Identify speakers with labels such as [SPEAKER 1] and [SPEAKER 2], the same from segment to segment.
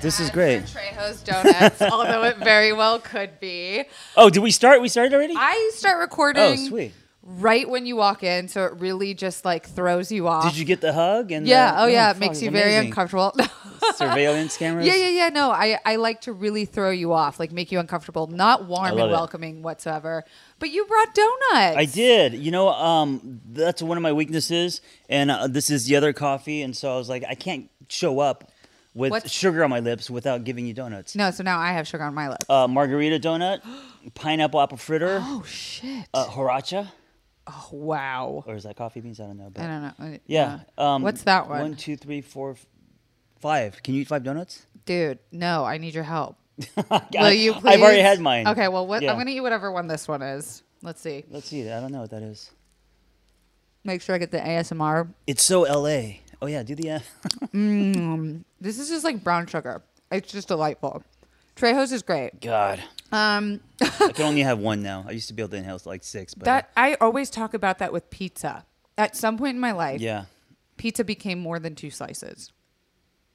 [SPEAKER 1] This is great.
[SPEAKER 2] Trejo's Donuts, although it very well could be.
[SPEAKER 1] Oh, did we start? We started already?
[SPEAKER 2] I start recording
[SPEAKER 1] Oh, sweet.
[SPEAKER 2] right when you walk in, so it really just like throws you off.
[SPEAKER 1] Did you get the hug? And
[SPEAKER 2] uh, yeah.
[SPEAKER 1] the-
[SPEAKER 2] oh, yeah. It
[SPEAKER 1] fuck,
[SPEAKER 2] makes you very
[SPEAKER 1] amazing.
[SPEAKER 2] uncomfortable.
[SPEAKER 1] Surveillance cameras.
[SPEAKER 2] yeah, yeah, yeah. No, I, I like to really throw you off, like make you uncomfortable, not
[SPEAKER 1] I
[SPEAKER 2] warm
[SPEAKER 1] love
[SPEAKER 2] and
[SPEAKER 1] it.
[SPEAKER 2] welcoming whatsoever. But you brought donuts.
[SPEAKER 1] I did. You know, um, that's one of my weaknesses, and uh, this is the other coffee, and so I was like, I can't show up with
[SPEAKER 2] What's-
[SPEAKER 1] sugar on my lips without giving you donuts.
[SPEAKER 2] No, so now I have sugar on my lips.
[SPEAKER 1] Uh, margarita donut, pineapple apple fritter,
[SPEAKER 2] oh shit!
[SPEAKER 1] uh, horacha,
[SPEAKER 2] oh wow.
[SPEAKER 1] or is that coffee beans? I don't know. But
[SPEAKER 2] I don't know. Uh,
[SPEAKER 1] yeah, um,
[SPEAKER 2] What's that one?
[SPEAKER 1] One, two, three, four, f- five. Can you eat five donuts?
[SPEAKER 2] Dude, no, I need your help.
[SPEAKER 1] I-
[SPEAKER 2] Will you please?
[SPEAKER 1] I've already had mine.
[SPEAKER 2] Okay, well, what,
[SPEAKER 1] Yeah.
[SPEAKER 2] I'm going to eat whatever one this one is. Let's see.
[SPEAKER 1] Let's see. I don't know what that is.
[SPEAKER 2] Make sure I get the ASMR.
[SPEAKER 1] It's so L.A. Oh yeah, do the. Uh,
[SPEAKER 2] This is just like brown sugar. It's just delightful. Trejo's is great.
[SPEAKER 1] God,
[SPEAKER 2] Um,
[SPEAKER 1] I can only have one now. I used to be able to inhale like six, but
[SPEAKER 2] that I always talk about that with pizza. At some point in my life,
[SPEAKER 1] yeah,
[SPEAKER 2] pizza became more than two slices.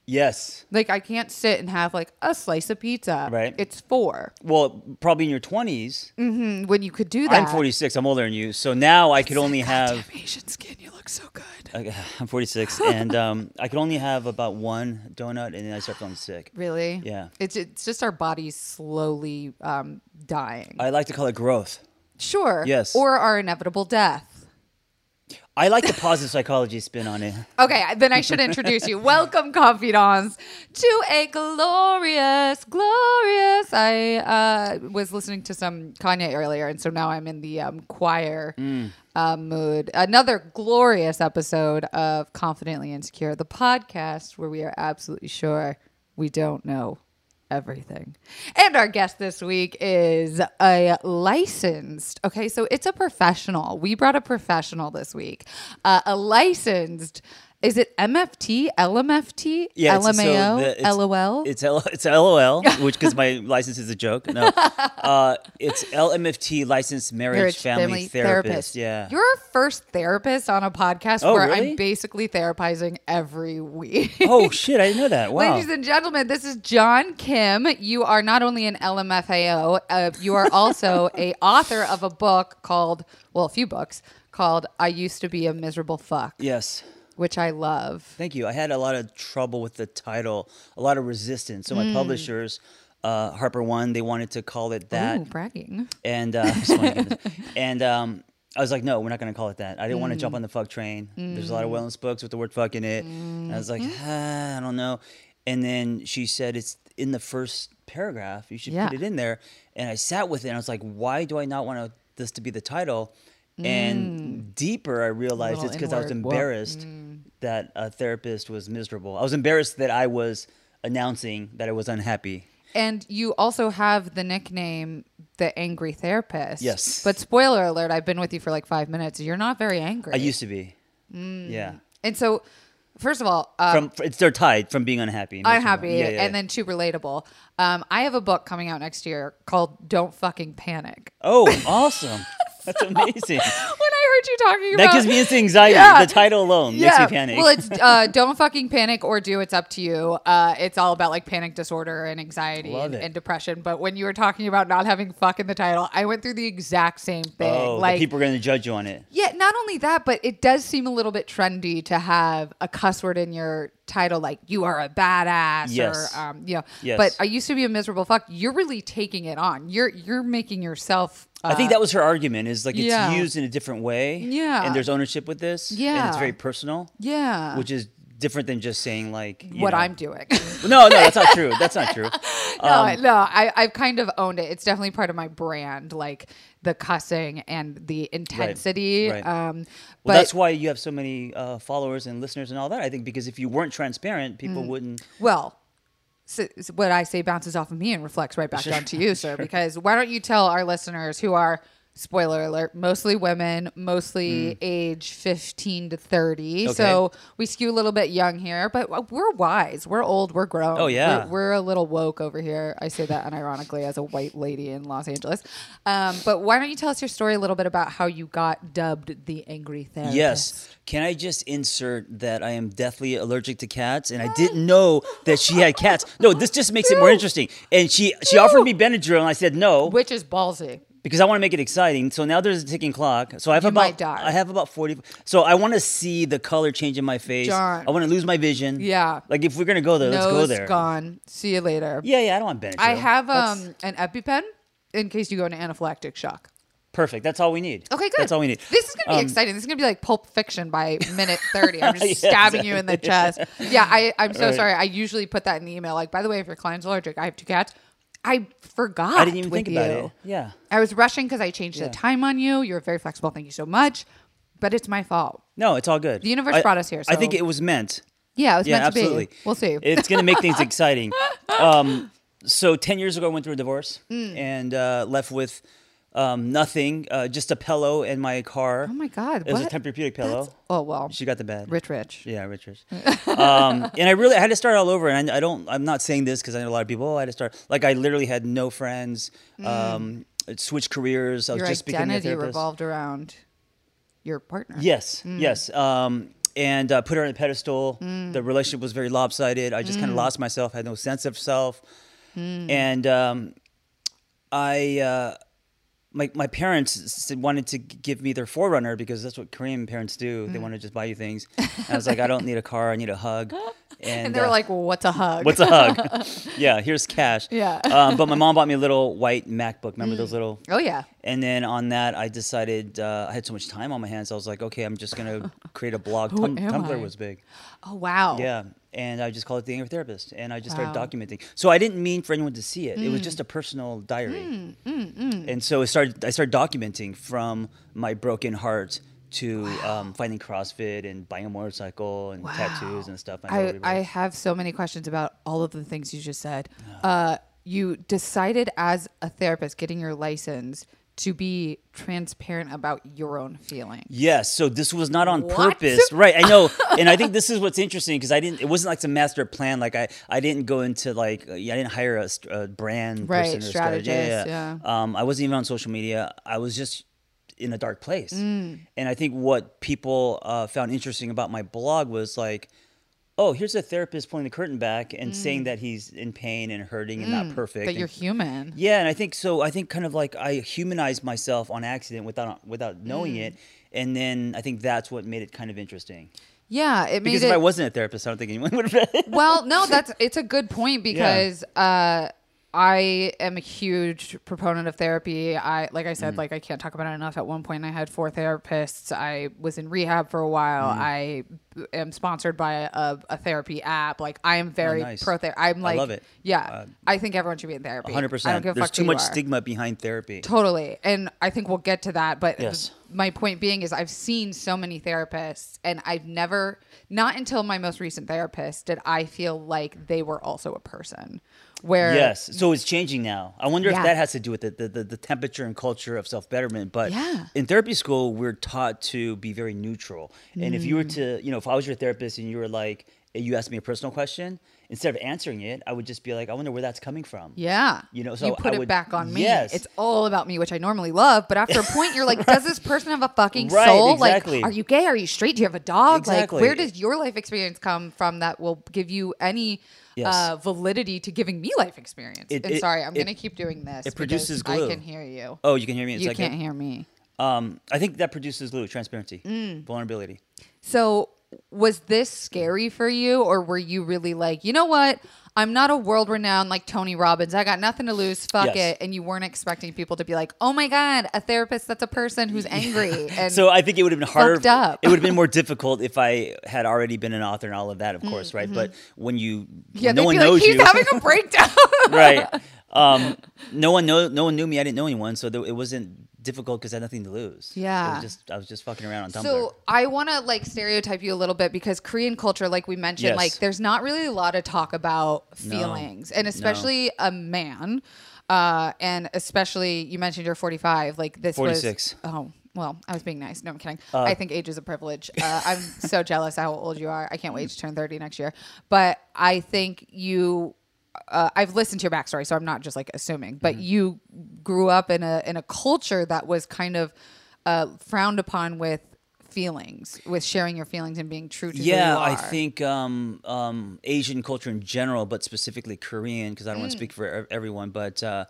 [SPEAKER 1] yes.
[SPEAKER 2] Like I can't sit and have like a slice of pizza.
[SPEAKER 1] Right.
[SPEAKER 2] It's four.
[SPEAKER 1] Well, probably in your twenties.
[SPEAKER 2] Mm, When you could do that.
[SPEAKER 1] I'm 46. I'm older than you, so now I could only have.
[SPEAKER 2] Damn Asian skin, you look so good.
[SPEAKER 1] I- I'm 46, and um, I could only have about one donut, and then I start feeling sick.
[SPEAKER 2] Really?
[SPEAKER 1] Yeah.
[SPEAKER 2] It's it's just our bodies slowly um, dying.
[SPEAKER 1] I like to call it growth.
[SPEAKER 2] sure.
[SPEAKER 1] Yes.
[SPEAKER 2] Or our inevitable death.
[SPEAKER 1] I like the positive psychology spin on it.
[SPEAKER 2] Okay, then I should introduce you. Welcome, confidants, to a glorious, glorious. I uh, was listening to some Kanye earlier, and so now I'm in the um, choir uh, mood. Another glorious episode of Confidently Insecure, the podcast where we are absolutely sure we don't know everything. And our guest this week is a licensed, okay, so it's a professional. We brought a professional this week, uh, a licensed. Is it MFT, LMFT,
[SPEAKER 1] it's- so
[SPEAKER 2] LMAO,
[SPEAKER 1] the- it's-
[SPEAKER 2] LOL?
[SPEAKER 1] It's L, it's LOL, which because my license is a joke. No, uh, it's LMFT, licensed marriage, family, therapist. Yeah,
[SPEAKER 2] You're our first therapist on a podcast
[SPEAKER 1] Oh,
[SPEAKER 2] where
[SPEAKER 1] really?
[SPEAKER 2] I'm basically therapizing every week.
[SPEAKER 1] oh shit, I didn't know that. Wow.
[SPEAKER 2] Ladies and gentlemen, this is John Kim. You are not only an LMFAO, uh, you are also a author of a book called, well, a few books called "I Used to Be a Miserable Fuck,"
[SPEAKER 1] yes.
[SPEAKER 2] which I love.
[SPEAKER 1] Thank you. I had a lot of trouble with the title, a lot of resistance. So my
[SPEAKER 2] Hmm.
[SPEAKER 1] publishers, uh, Harper One, they wanted to call it that,
[SPEAKER 2] Ooh, bragging.
[SPEAKER 1] and uh, I just wanted to get this- and um, I was like, no, we're not going to call it that. I didn't want to
[SPEAKER 2] Mm.
[SPEAKER 1] jump on the fuck train. There's a lot of wellness books with the word fuck in it. And I was like,
[SPEAKER 2] Mm-hmm.
[SPEAKER 1] ah, I don't know. And then she said, it's in the first paragraph. You should
[SPEAKER 2] Yeah.
[SPEAKER 1] put it in there. And I sat with it, and I was like, why do I not want to, this to be the title? And deeper, I realized
[SPEAKER 2] Mm. Little
[SPEAKER 1] it's because I was
[SPEAKER 2] inward Mm. whoop.
[SPEAKER 1] embarrassed that a therapist was miserable. I was embarrassed that I was announcing that I was unhappy.
[SPEAKER 2] And you also have the nickname the angry therapist.
[SPEAKER 1] Yes.
[SPEAKER 2] But spoiler alert, I've been with you for like five minutes. You're not very angry.
[SPEAKER 1] I used to be.
[SPEAKER 2] Mm.
[SPEAKER 1] Yeah.
[SPEAKER 2] and so, first of all, um,
[SPEAKER 1] from it's they're tied from being unhappy. and miserable.
[SPEAKER 2] unhappy
[SPEAKER 1] Yeah, yeah, yeah.
[SPEAKER 2] and then too relatable. Um, I have a book coming out next year called "Don't Fucking Panic."
[SPEAKER 1] oh, awesome! That's amazing.
[SPEAKER 2] When I heard you talking about
[SPEAKER 1] That gives me instant anxiety.
[SPEAKER 2] Yeah.
[SPEAKER 1] The title alone makes me panic.
[SPEAKER 2] Well, it's uh, "Don't Fucking Panic" or "Do It's Up to You." Uh, it's all about like panic disorder and anxiety
[SPEAKER 1] Love
[SPEAKER 2] and,
[SPEAKER 1] it.
[SPEAKER 2] and depression. But when you were talking about not having "fuck" in the title, I went through the exact same thing.
[SPEAKER 1] oh, like,
[SPEAKER 2] like
[SPEAKER 1] people are going to judge you on it.
[SPEAKER 2] Yeah, not only that, but it does seem a little bit trendy to have a cuss word in your title, like "you are a badass"
[SPEAKER 1] Yes.
[SPEAKER 2] or um, you know.
[SPEAKER 1] Yes.
[SPEAKER 2] But I used to be a miserable fuck. You're really taking it on. You're you're making yourself. Uh,
[SPEAKER 1] I think that was her argument. Is like it's
[SPEAKER 2] yeah.
[SPEAKER 1] used in a different way.
[SPEAKER 2] Yeah.
[SPEAKER 1] and there's ownership with this. and it's
[SPEAKER 2] Yeah.
[SPEAKER 1] very personal,
[SPEAKER 2] yeah,
[SPEAKER 1] which is different than just saying like you
[SPEAKER 2] what
[SPEAKER 1] know-
[SPEAKER 2] I'm doing.
[SPEAKER 1] No, no, that's not true. That's not true.
[SPEAKER 2] no,
[SPEAKER 1] Um,
[SPEAKER 2] I- no, I I've kind of owned it. It's definitely part of my brand, like the cussing and the intensity.
[SPEAKER 1] right.
[SPEAKER 2] Um, but
[SPEAKER 1] Well, that's why you have so many uh, followers and listeners and all that. I think because if you weren't transparent, people
[SPEAKER 2] Mm.
[SPEAKER 1] wouldn't.
[SPEAKER 2] Well, so, so what I say bounces off of me and reflects right back onto you, sir. Because why don't you tell our listeners who are spoiler alert, mostly women,
[SPEAKER 1] Hmm.
[SPEAKER 2] mostly age 15 to 30. So we skew a little bit young here, but uh, we're wise. We're old. We're grown.
[SPEAKER 1] Oh, yeah.
[SPEAKER 2] We're, we're a little woke over here. I say that unironically as a white lady in Los Angeles. Um, but why don't you tell us your story a little bit about how you got dubbed the angry therapist?
[SPEAKER 1] Yes. Can I just insert that I am deathly allergic to cats, and I didn't know that she had cats. No, this just makes it more interesting. And she she offered me Benadryl, and I said no
[SPEAKER 2] Which is ballsy.
[SPEAKER 1] because I want to make it exciting. So now there's a ticking clock. So I have
[SPEAKER 2] You
[SPEAKER 1] about
[SPEAKER 2] might die.
[SPEAKER 1] I have about forty. So I want to see the color change in my face.
[SPEAKER 2] John.
[SPEAKER 1] I want to lose my vision.
[SPEAKER 2] Yeah.
[SPEAKER 1] Like if we're gonna go there, let's go
[SPEAKER 2] Nose
[SPEAKER 1] there.
[SPEAKER 2] gone. See you later.
[SPEAKER 1] Yeah, yeah. I don't want Benadryl.
[SPEAKER 2] I have
[SPEAKER 1] That's
[SPEAKER 2] um, an EpiPen in case you go into anaphylactic shock.
[SPEAKER 1] perfect. That's all we need.
[SPEAKER 2] Okay, good.
[SPEAKER 1] That's all we need.
[SPEAKER 2] This is gonna be
[SPEAKER 1] Um,
[SPEAKER 2] exciting. This is gonna be like Pulp Fiction by minute thirty. I'm just
[SPEAKER 1] Yeah,
[SPEAKER 2] stabbing you in the chest. Yeah, I, I'm so
[SPEAKER 1] Right.
[SPEAKER 2] sorry. I usually put that in the email. Like, by the way, if your client's allergic, I have two cats. I forgot.
[SPEAKER 1] I didn't even
[SPEAKER 2] with
[SPEAKER 1] think about
[SPEAKER 2] you.
[SPEAKER 1] it. Yeah.
[SPEAKER 2] I was rushing because I changed the time on you. You're very flexible. Thank you so much. But it's my fault.
[SPEAKER 1] No, it's all good. The
[SPEAKER 2] universe brought us here,
[SPEAKER 1] I think
[SPEAKER 2] so-
[SPEAKER 1] it was meant.
[SPEAKER 2] Yeah, it was
[SPEAKER 1] yeah,
[SPEAKER 2] meant
[SPEAKER 1] absolutely.
[SPEAKER 2] to be. We'll see.
[SPEAKER 1] It's going to make things exciting. Um, so ten years ago, I went through a divorce
[SPEAKER 2] Mm.
[SPEAKER 1] and uh, left with um, nothing, uh, just a pillow and my car.
[SPEAKER 2] oh my god.
[SPEAKER 1] It was a
[SPEAKER 2] what?
[SPEAKER 1] therapeutic pillow.
[SPEAKER 2] oh well.
[SPEAKER 1] She got the bed.
[SPEAKER 2] Rich, rich.
[SPEAKER 1] Yeah, Richards. um, and I really I had to start all over. And I, I don't, I'm not saying this because I know a lot of people. Oh, I had to start. Like I literally had no friends. Um, switched careers. I was
[SPEAKER 2] Mm. Your
[SPEAKER 1] just becoming a
[SPEAKER 2] identity
[SPEAKER 1] therapist.
[SPEAKER 2] revolved around your partner.
[SPEAKER 1] Yes,
[SPEAKER 2] Mm.
[SPEAKER 1] yes. Um, and uh, put her on a pedestal. The relationship was very lopsided. I just
[SPEAKER 2] Mm.
[SPEAKER 1] kind of lost myself. Had no sense of self. And um, I, uh, my my parents s- s- wanted to g- give me their forerunner because that's what Korean parents do.
[SPEAKER 2] Mm.
[SPEAKER 1] They want to just buy you things. And I was like, I don't need a car. I need a hug. And,
[SPEAKER 2] And they were
[SPEAKER 1] uh,
[SPEAKER 2] like, well, "What's a hug?"
[SPEAKER 1] What's a hug? yeah, here's cash.
[SPEAKER 2] Yeah.
[SPEAKER 1] um, but my mom bought me a little white MacBook. Remember those little?
[SPEAKER 2] oh yeah.
[SPEAKER 1] And then on that, I decided uh, I had so much time on my hands. I was like, okay, I'm just gonna create a blog. Tum-
[SPEAKER 2] am
[SPEAKER 1] Tumblr
[SPEAKER 2] I?
[SPEAKER 1] was big,
[SPEAKER 2] Oh wow.
[SPEAKER 1] yeah. And I just called it the anger therapist, and I just
[SPEAKER 2] Wow. Mm.
[SPEAKER 1] started documenting. So I didn't mean for anyone to see it. It was just a personal diary. And so I started. I started documenting from my broken heart to um, finding CrossFit and buying a motorcycle and tattoos and stuff. know
[SPEAKER 2] I,
[SPEAKER 1] everybody-
[SPEAKER 2] I have so many questions about all of the things you just said. Uh, you decided as a therapist getting your license to be transparent about your own feelings.
[SPEAKER 1] Yes, so this was not on
[SPEAKER 2] What?
[SPEAKER 1] purpose, right? I know, and I think this is what's interesting because I didn't. It wasn't like some master plan. Like I, I didn't go into like uh, yeah, I didn't hire a, st- a brand
[SPEAKER 2] Right,
[SPEAKER 1] person or strategist. Yeah,
[SPEAKER 2] strategist,
[SPEAKER 1] yeah. Um, I wasn't even on social media. I was just in a dark place,
[SPEAKER 2] Mm.
[SPEAKER 1] and I think what people uh, found interesting about my blog was like, oh, here's a therapist pulling the curtain back and saying that he's in pain and hurting and not perfect.
[SPEAKER 2] That
[SPEAKER 1] and
[SPEAKER 2] Mm. you're human.
[SPEAKER 1] yeah, and I think so. I think kind of like I humanized myself on accident without without
[SPEAKER 2] Mm.
[SPEAKER 1] knowing it, and then I think that's what made it kind of interesting.
[SPEAKER 2] Yeah, it
[SPEAKER 1] Because
[SPEAKER 2] made
[SPEAKER 1] if
[SPEAKER 2] it.
[SPEAKER 1] I wasn't a therapist, I don't think anyone would have read it.
[SPEAKER 2] well, no, that's it's a good point because uh, I am a huge proponent of therapy. I like I
[SPEAKER 1] Mm.
[SPEAKER 2] said, like I can't talk about it enough. At one point, I had four therapists. I was in rehab for a
[SPEAKER 1] Mm.
[SPEAKER 2] while. I b- am sponsored by a, a therapy app. Like I am very
[SPEAKER 1] Oh, nice.
[SPEAKER 2] pro therapy. I'm
[SPEAKER 1] I
[SPEAKER 2] like,
[SPEAKER 1] love it.
[SPEAKER 2] yeah,
[SPEAKER 1] Uh,
[SPEAKER 2] I think everyone should be in therapy. I
[SPEAKER 1] Hundred
[SPEAKER 2] don't
[SPEAKER 1] percent.
[SPEAKER 2] give a
[SPEAKER 1] There's
[SPEAKER 2] fuck
[SPEAKER 1] too
[SPEAKER 2] who
[SPEAKER 1] much
[SPEAKER 2] you are.
[SPEAKER 1] stigma behind therapy.
[SPEAKER 2] Totally. And I think we'll get to that. But
[SPEAKER 1] Yes.
[SPEAKER 2] th- my point being is I've seen so many therapists and I've never, not until my most recent therapist, did I feel like they were also a person. Where,
[SPEAKER 1] Yes, so it's changing now. I wonder
[SPEAKER 2] Yeah.
[SPEAKER 1] if that has to do with it, the, the the temperature and culture of self betterment. But
[SPEAKER 2] Yeah.
[SPEAKER 1] in therapy school, we're taught to be very neutral. And if you were to,
[SPEAKER 2] Mm.
[SPEAKER 1] you know, if I was your therapist and you were like, you asked me a personal question, instead of answering it, I would just be like, I wonder where that's coming from.
[SPEAKER 2] yeah.
[SPEAKER 1] You know, so
[SPEAKER 2] put
[SPEAKER 1] I
[SPEAKER 2] it
[SPEAKER 1] would-
[SPEAKER 2] back on me.
[SPEAKER 1] Yes.
[SPEAKER 2] It's all about me, which I normally love. But after a point, you're like, does this person have a fucking
[SPEAKER 1] Right,
[SPEAKER 2] soul?
[SPEAKER 1] exactly.
[SPEAKER 2] Like, are you gay? Are you straight? Do you have a dog?
[SPEAKER 1] Exactly.
[SPEAKER 2] Like, where does your life experience come from that will give you any
[SPEAKER 1] Yes.
[SPEAKER 2] uh, validity to giving me life experience?
[SPEAKER 1] It-
[SPEAKER 2] and
[SPEAKER 1] it-
[SPEAKER 2] sorry, I'm
[SPEAKER 1] it-
[SPEAKER 2] going to keep doing this. because
[SPEAKER 1] produces
[SPEAKER 2] I
[SPEAKER 1] glue.
[SPEAKER 2] can hear you.
[SPEAKER 1] Oh, you can hear me. in a
[SPEAKER 2] you
[SPEAKER 1] second?
[SPEAKER 2] can't hear me.
[SPEAKER 1] Um, I think that produces Lou transparency,
[SPEAKER 2] Mm.
[SPEAKER 1] vulnerability.
[SPEAKER 2] So, was this scary for you, or were you really like, you know what? I'm not a world renowned like Tony Robbins. I got nothing to lose. Fuck
[SPEAKER 1] Yes.
[SPEAKER 2] it. And you weren't expecting people to be like, oh my God, a therapist that's a person who's angry. And
[SPEAKER 1] So I think it would have been harder.
[SPEAKER 2] Fucked up.
[SPEAKER 1] It would have been more difficult if I had already been an author and all of that, of course, right? But when you,
[SPEAKER 2] Mm, mm-hmm. yeah,
[SPEAKER 1] no
[SPEAKER 2] they'd
[SPEAKER 1] one
[SPEAKER 2] be like,
[SPEAKER 1] knows
[SPEAKER 2] he's
[SPEAKER 1] you,
[SPEAKER 2] having a breakdown.
[SPEAKER 1] right? Um, no one know, no one knew me. I didn't know anyone, so there, it wasn't difficult because I had nothing to lose. It was
[SPEAKER 2] Yeah.
[SPEAKER 1] just I was just fucking around on Tumblr.
[SPEAKER 2] So I want to like stereotype you a little bit because Korean culture, like we mentioned,
[SPEAKER 1] Yes.
[SPEAKER 2] like there's not really a lot of talk about feelings, and especially a man, uh, and especially you mentioned you're 45. Like this
[SPEAKER 1] 46.
[SPEAKER 2] was oh. Well, I was being nice. No, I'm kidding.
[SPEAKER 1] Uh.
[SPEAKER 2] I think age is a privilege. Uh, I'm so jealous how old you are. I can't wait to turn 30 next year. But I think you, uh, I've listened to your backstory, so I'm not just like assuming. But
[SPEAKER 1] Mm-hmm.
[SPEAKER 2] you grew up in a in a culture that was kind of uh, frowned upon with feelings, with sharing your feelings and being true to
[SPEAKER 1] yeah,
[SPEAKER 2] who you
[SPEAKER 1] I
[SPEAKER 2] are.
[SPEAKER 1] think um, um, Asian culture in general, but specifically Korean, because I don't
[SPEAKER 2] Mm.
[SPEAKER 1] want to speak for ev- everyone, but uh,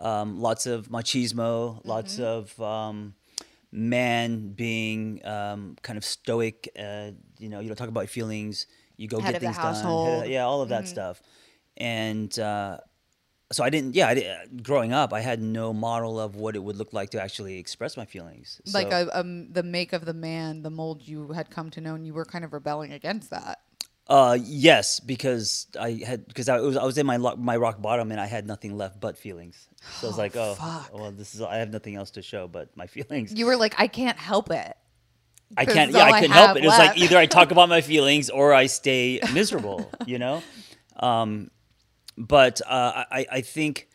[SPEAKER 1] um, lots of machismo,
[SPEAKER 2] Mm-hmm.
[SPEAKER 1] lots of um, man being um, kind of stoic. Uh, you know, you don't talk about your feelings. You go
[SPEAKER 2] Head of
[SPEAKER 1] get
[SPEAKER 2] the
[SPEAKER 1] things done. Head
[SPEAKER 2] household. Mm-hmm.
[SPEAKER 1] yeah, all of that stuff. And uh, so I didn't. Yeah, I did, growing up, I had no model of what it would look like to actually express my feelings.
[SPEAKER 2] like
[SPEAKER 1] So-
[SPEAKER 2] a, um, the make of the man, the mold you had come to know, and you were kind of rebelling against that.
[SPEAKER 1] Uh, yes, because I had because I was I was in my lo- my rock bottom and I had nothing left but feelings. So I was like, oh,
[SPEAKER 2] fuck.
[SPEAKER 1] well, this is I have nothing else to show but my feelings.
[SPEAKER 2] You were like, I can't help it.
[SPEAKER 1] I
[SPEAKER 2] this
[SPEAKER 1] can't.
[SPEAKER 2] is
[SPEAKER 1] Yeah,
[SPEAKER 2] all
[SPEAKER 1] I
[SPEAKER 2] I
[SPEAKER 1] couldn't help
[SPEAKER 2] have
[SPEAKER 1] it. It was like
[SPEAKER 2] left.
[SPEAKER 1] either I talk about my feelings or I stay miserable. you know, um, but uh, I I think.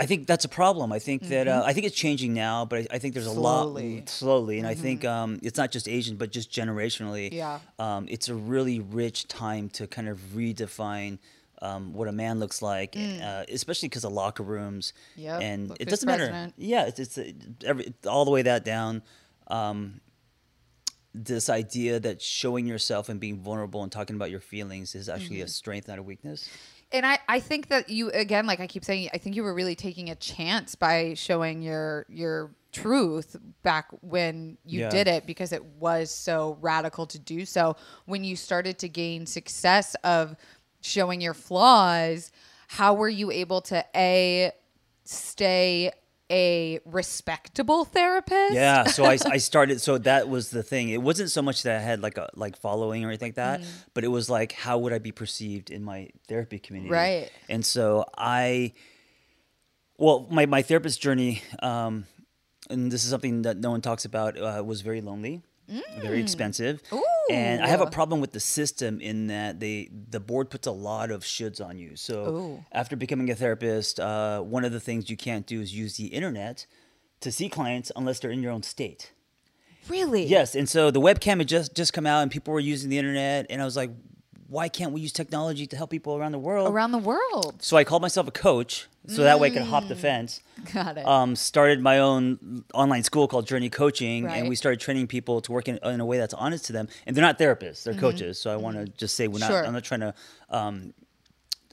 [SPEAKER 1] I think that's a problem. I think that uh, I think it's changing now, but I, I think there's a
[SPEAKER 2] Mm-hmm. Slowly. Mm-hmm.
[SPEAKER 1] lot slowly, and I think um, it's not just Asian, but just generationally.
[SPEAKER 2] Yeah.
[SPEAKER 1] um, it's a really rich time to kind of redefine um, what a man looks like,
[SPEAKER 2] Mm.
[SPEAKER 1] uh, especially because of locker rooms.
[SPEAKER 2] Yep,
[SPEAKER 1] and
[SPEAKER 2] look
[SPEAKER 1] it
[SPEAKER 2] who's
[SPEAKER 1] doesn't matter.
[SPEAKER 2] president.
[SPEAKER 1] Yeah, it's, it's uh, every it's all the way that down. Um, this idea that showing yourself and being vulnerable and talking about your feelings is actually
[SPEAKER 2] Mm-hmm.
[SPEAKER 1] a strength, not a weakness.
[SPEAKER 2] And I, I think that you again, like I keep saying, I think you were really taking a chance by showing your your truth back when you
[SPEAKER 1] Yeah.
[SPEAKER 2] did it because it was so radical to do so. When you started to gain success of showing your flaws, how were you able to a stay a respectable therapist?
[SPEAKER 1] Yeah, so I, I started. So that was the thing. It wasn't so much that I had like a like following or anything like that, but it was like how would I be perceived in my therapy community?
[SPEAKER 2] Right.
[SPEAKER 1] And so I, well, my my therapist journey, um, and this is something that no one talks about, uh, was very lonely, very expensive, and I have a
[SPEAKER 2] Ooh.
[SPEAKER 1] problem with the system in that they the board puts a lot of shoulds on you. So
[SPEAKER 2] Ooh.
[SPEAKER 1] after becoming a therapist, uh, one of the things you can't do is use the internet to see clients unless they're in your own state.
[SPEAKER 2] Really?
[SPEAKER 1] Yes, and so the webcam had just just come out, and people were using the internet, and I was like, why can't we use technology to help people around the world?
[SPEAKER 2] Around the world.
[SPEAKER 1] so I called myself a coach, so that way I could hop
[SPEAKER 2] Mm.
[SPEAKER 1] the fence.
[SPEAKER 2] Got it.
[SPEAKER 1] Um, started my own online school called Journey Coaching, and
[SPEAKER 2] Right.
[SPEAKER 1] we started training people to work in, in a way that's honest to them. And they're not therapists; they're coaches. So I want to just say we're not.
[SPEAKER 2] Mm-hmm. Sure.
[SPEAKER 1] I'm not trying to. Um,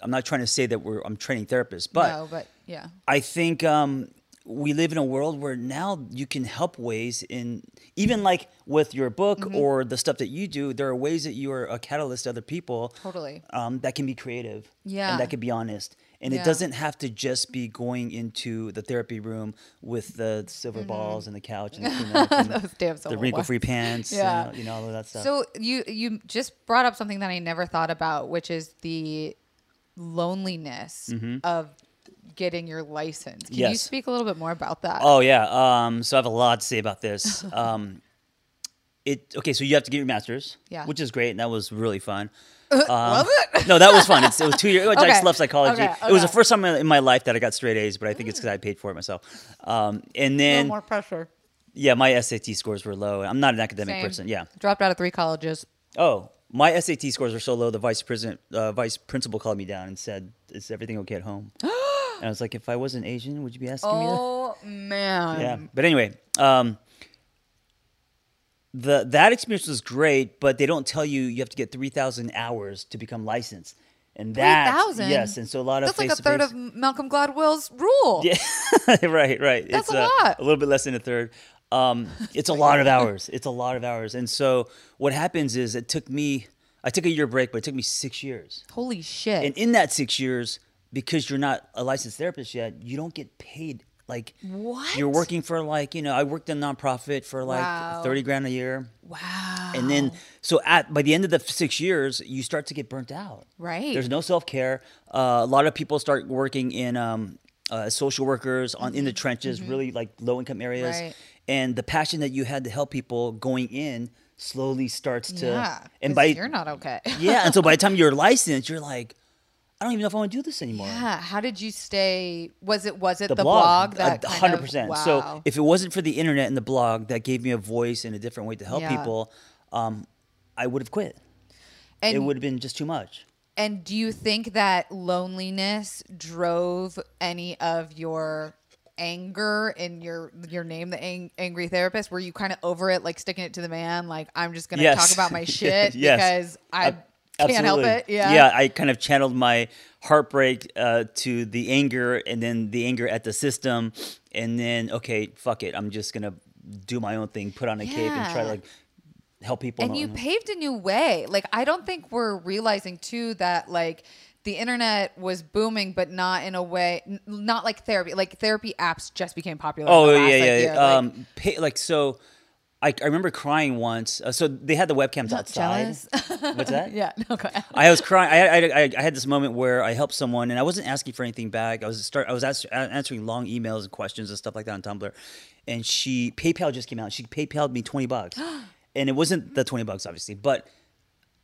[SPEAKER 1] I'm not trying to say that we're. I'm training therapists, but
[SPEAKER 2] no, but yeah.
[SPEAKER 1] I think um, we live in a world where now you can help ways in even like with your book
[SPEAKER 2] Mm-hmm.
[SPEAKER 1] or the stuff that you do. There are ways that you are a catalyst to other people.
[SPEAKER 2] Totally.
[SPEAKER 1] Um, that can be creative.
[SPEAKER 2] Yeah.
[SPEAKER 1] And that can be honest. And
[SPEAKER 2] Yeah.
[SPEAKER 1] it doesn't have to just be going into the therapy room with the silver
[SPEAKER 2] Mm-hmm.
[SPEAKER 1] balls and the couch and the, peanuts and
[SPEAKER 2] Those damn
[SPEAKER 1] the
[SPEAKER 2] silver ones.
[SPEAKER 1] wrinkle-free pants.
[SPEAKER 2] Yeah.
[SPEAKER 1] Yeah. you know all of that stuff.
[SPEAKER 2] So you you just brought up something that I never thought about, which is the loneliness of getting your license. Can you
[SPEAKER 1] Mm-hmm. Yes.
[SPEAKER 2] speak a little bit more about that?
[SPEAKER 1] Oh yeah. Um, so I have a lot to say about this. Um, it okay. So you have to get your master's.
[SPEAKER 2] Yeah.
[SPEAKER 1] Which is great, and that was really fun. Um,
[SPEAKER 2] was it?
[SPEAKER 1] No, that was fun. It's, it was two years. I
[SPEAKER 2] Okay.
[SPEAKER 1] just love psychology.
[SPEAKER 2] Okay,
[SPEAKER 1] It was the
[SPEAKER 2] okay.
[SPEAKER 1] first time in my life that I got straight A's, but I think it's because I paid for it myself. Um, and
[SPEAKER 2] A
[SPEAKER 1] then
[SPEAKER 2] little more pressure.
[SPEAKER 1] yeah, my SAT scores were low. I'm not an academic
[SPEAKER 2] Same.
[SPEAKER 1] person. Yeah.
[SPEAKER 2] Dropped out of three colleges.
[SPEAKER 1] Oh, my SAT scores were so low. The vice president, uh, vice principal, called me down and said, "Is everything okay at home?" and I was like, "If I wasn't Asian, would you be asking me that?"
[SPEAKER 2] Oh man.
[SPEAKER 1] yeah. But anyway, um, the that experience was great, but they don't tell you you have to get three thousand hours to become licensed, and that
[SPEAKER 2] 3,000?
[SPEAKER 1] yes, and so a lot of
[SPEAKER 2] That's like a
[SPEAKER 1] face-to-face-
[SPEAKER 2] third of Malcolm Gladwell's rule. Yeah.
[SPEAKER 1] right, right.
[SPEAKER 2] That's
[SPEAKER 1] it's
[SPEAKER 2] a
[SPEAKER 1] uh,
[SPEAKER 2] lot.
[SPEAKER 1] A little bit less than a third. Um, it's a lot of hours. It's a lot of hours. And so what happens is it took me, I took a year break, but it took me six years.
[SPEAKER 2] Holy shit.
[SPEAKER 1] And in that six years, because you're not a licensed therapist yet, you don't get paid. Like
[SPEAKER 2] What?
[SPEAKER 1] you're working for like you know I worked in a nonprofit for like
[SPEAKER 2] Wow.
[SPEAKER 1] thirty grand a year,
[SPEAKER 2] wow.
[SPEAKER 1] and then so at by the end of the six years you start to get burnt out.
[SPEAKER 2] Right.
[SPEAKER 1] There's no self care. Uh, a lot of people start working in um, uh, social workers on in the trenches, really like low income areas,
[SPEAKER 2] Mm-hmm. Right.
[SPEAKER 1] and the passion that you had to help people going in slowly starts to
[SPEAKER 2] yeah.
[SPEAKER 1] and
[SPEAKER 2] 'cause
[SPEAKER 1] by
[SPEAKER 2] you're not okay.
[SPEAKER 1] yeah, and so by the time you're licensed, you're like, I don't even know if I want to do this anymore.
[SPEAKER 2] Yeah. How did you stay? Was it was it the,
[SPEAKER 1] The
[SPEAKER 2] blog,
[SPEAKER 1] blog,
[SPEAKER 2] that
[SPEAKER 1] a
[SPEAKER 2] kind of-
[SPEAKER 1] hundred percent. So
[SPEAKER 2] wow.
[SPEAKER 1] if it wasn't for the internet and the blog that gave me a voice and a different way to help
[SPEAKER 2] Yeah.
[SPEAKER 1] people, um, I would have quit.
[SPEAKER 2] and
[SPEAKER 1] it would have been just too much.
[SPEAKER 2] And do you think that loneliness drove any of your anger in your your name, the ang- angry therapist? Were you kind of over it, like sticking it to the man, like I'm just gonna
[SPEAKER 1] Yes.
[SPEAKER 2] talk about my shit
[SPEAKER 1] Yes.
[SPEAKER 2] because I
[SPEAKER 1] Ab-
[SPEAKER 2] can't help it.
[SPEAKER 1] absolutely.
[SPEAKER 2] Yeah.
[SPEAKER 1] Yeah, I kind of channeled my heartbreak uh, to the anger and then the anger at the system. And then, okay, fuck it. I'm just going to do my own thing, put on a cape and try
[SPEAKER 2] Yeah.
[SPEAKER 1] to like help people.
[SPEAKER 2] and
[SPEAKER 1] know-
[SPEAKER 2] you paved a new way. Like I don't think we're realizing too that like the internet was booming, but not in a way, n- not like therapy. Like therapy apps just became popular. in
[SPEAKER 1] Oh
[SPEAKER 2] the
[SPEAKER 1] yeah,
[SPEAKER 2] last,
[SPEAKER 1] yeah.
[SPEAKER 2] like,
[SPEAKER 1] yeah.
[SPEAKER 2] year. Like,
[SPEAKER 1] um, pa- like so, I, I remember crying once. Uh, so they had the webcams outside.
[SPEAKER 2] jealous.
[SPEAKER 1] What's that?
[SPEAKER 2] yeah, no, go ahead.
[SPEAKER 1] I was crying. I, I, I, I had this moment where I helped someone, and I wasn't asking for anything back. I was start. I was ask, a- answering long emails and questions and stuff like that on Tumblr, and she PayPal just came out. She PayPal'd me twenty bucks, and it wasn't the twenty bucks, obviously. But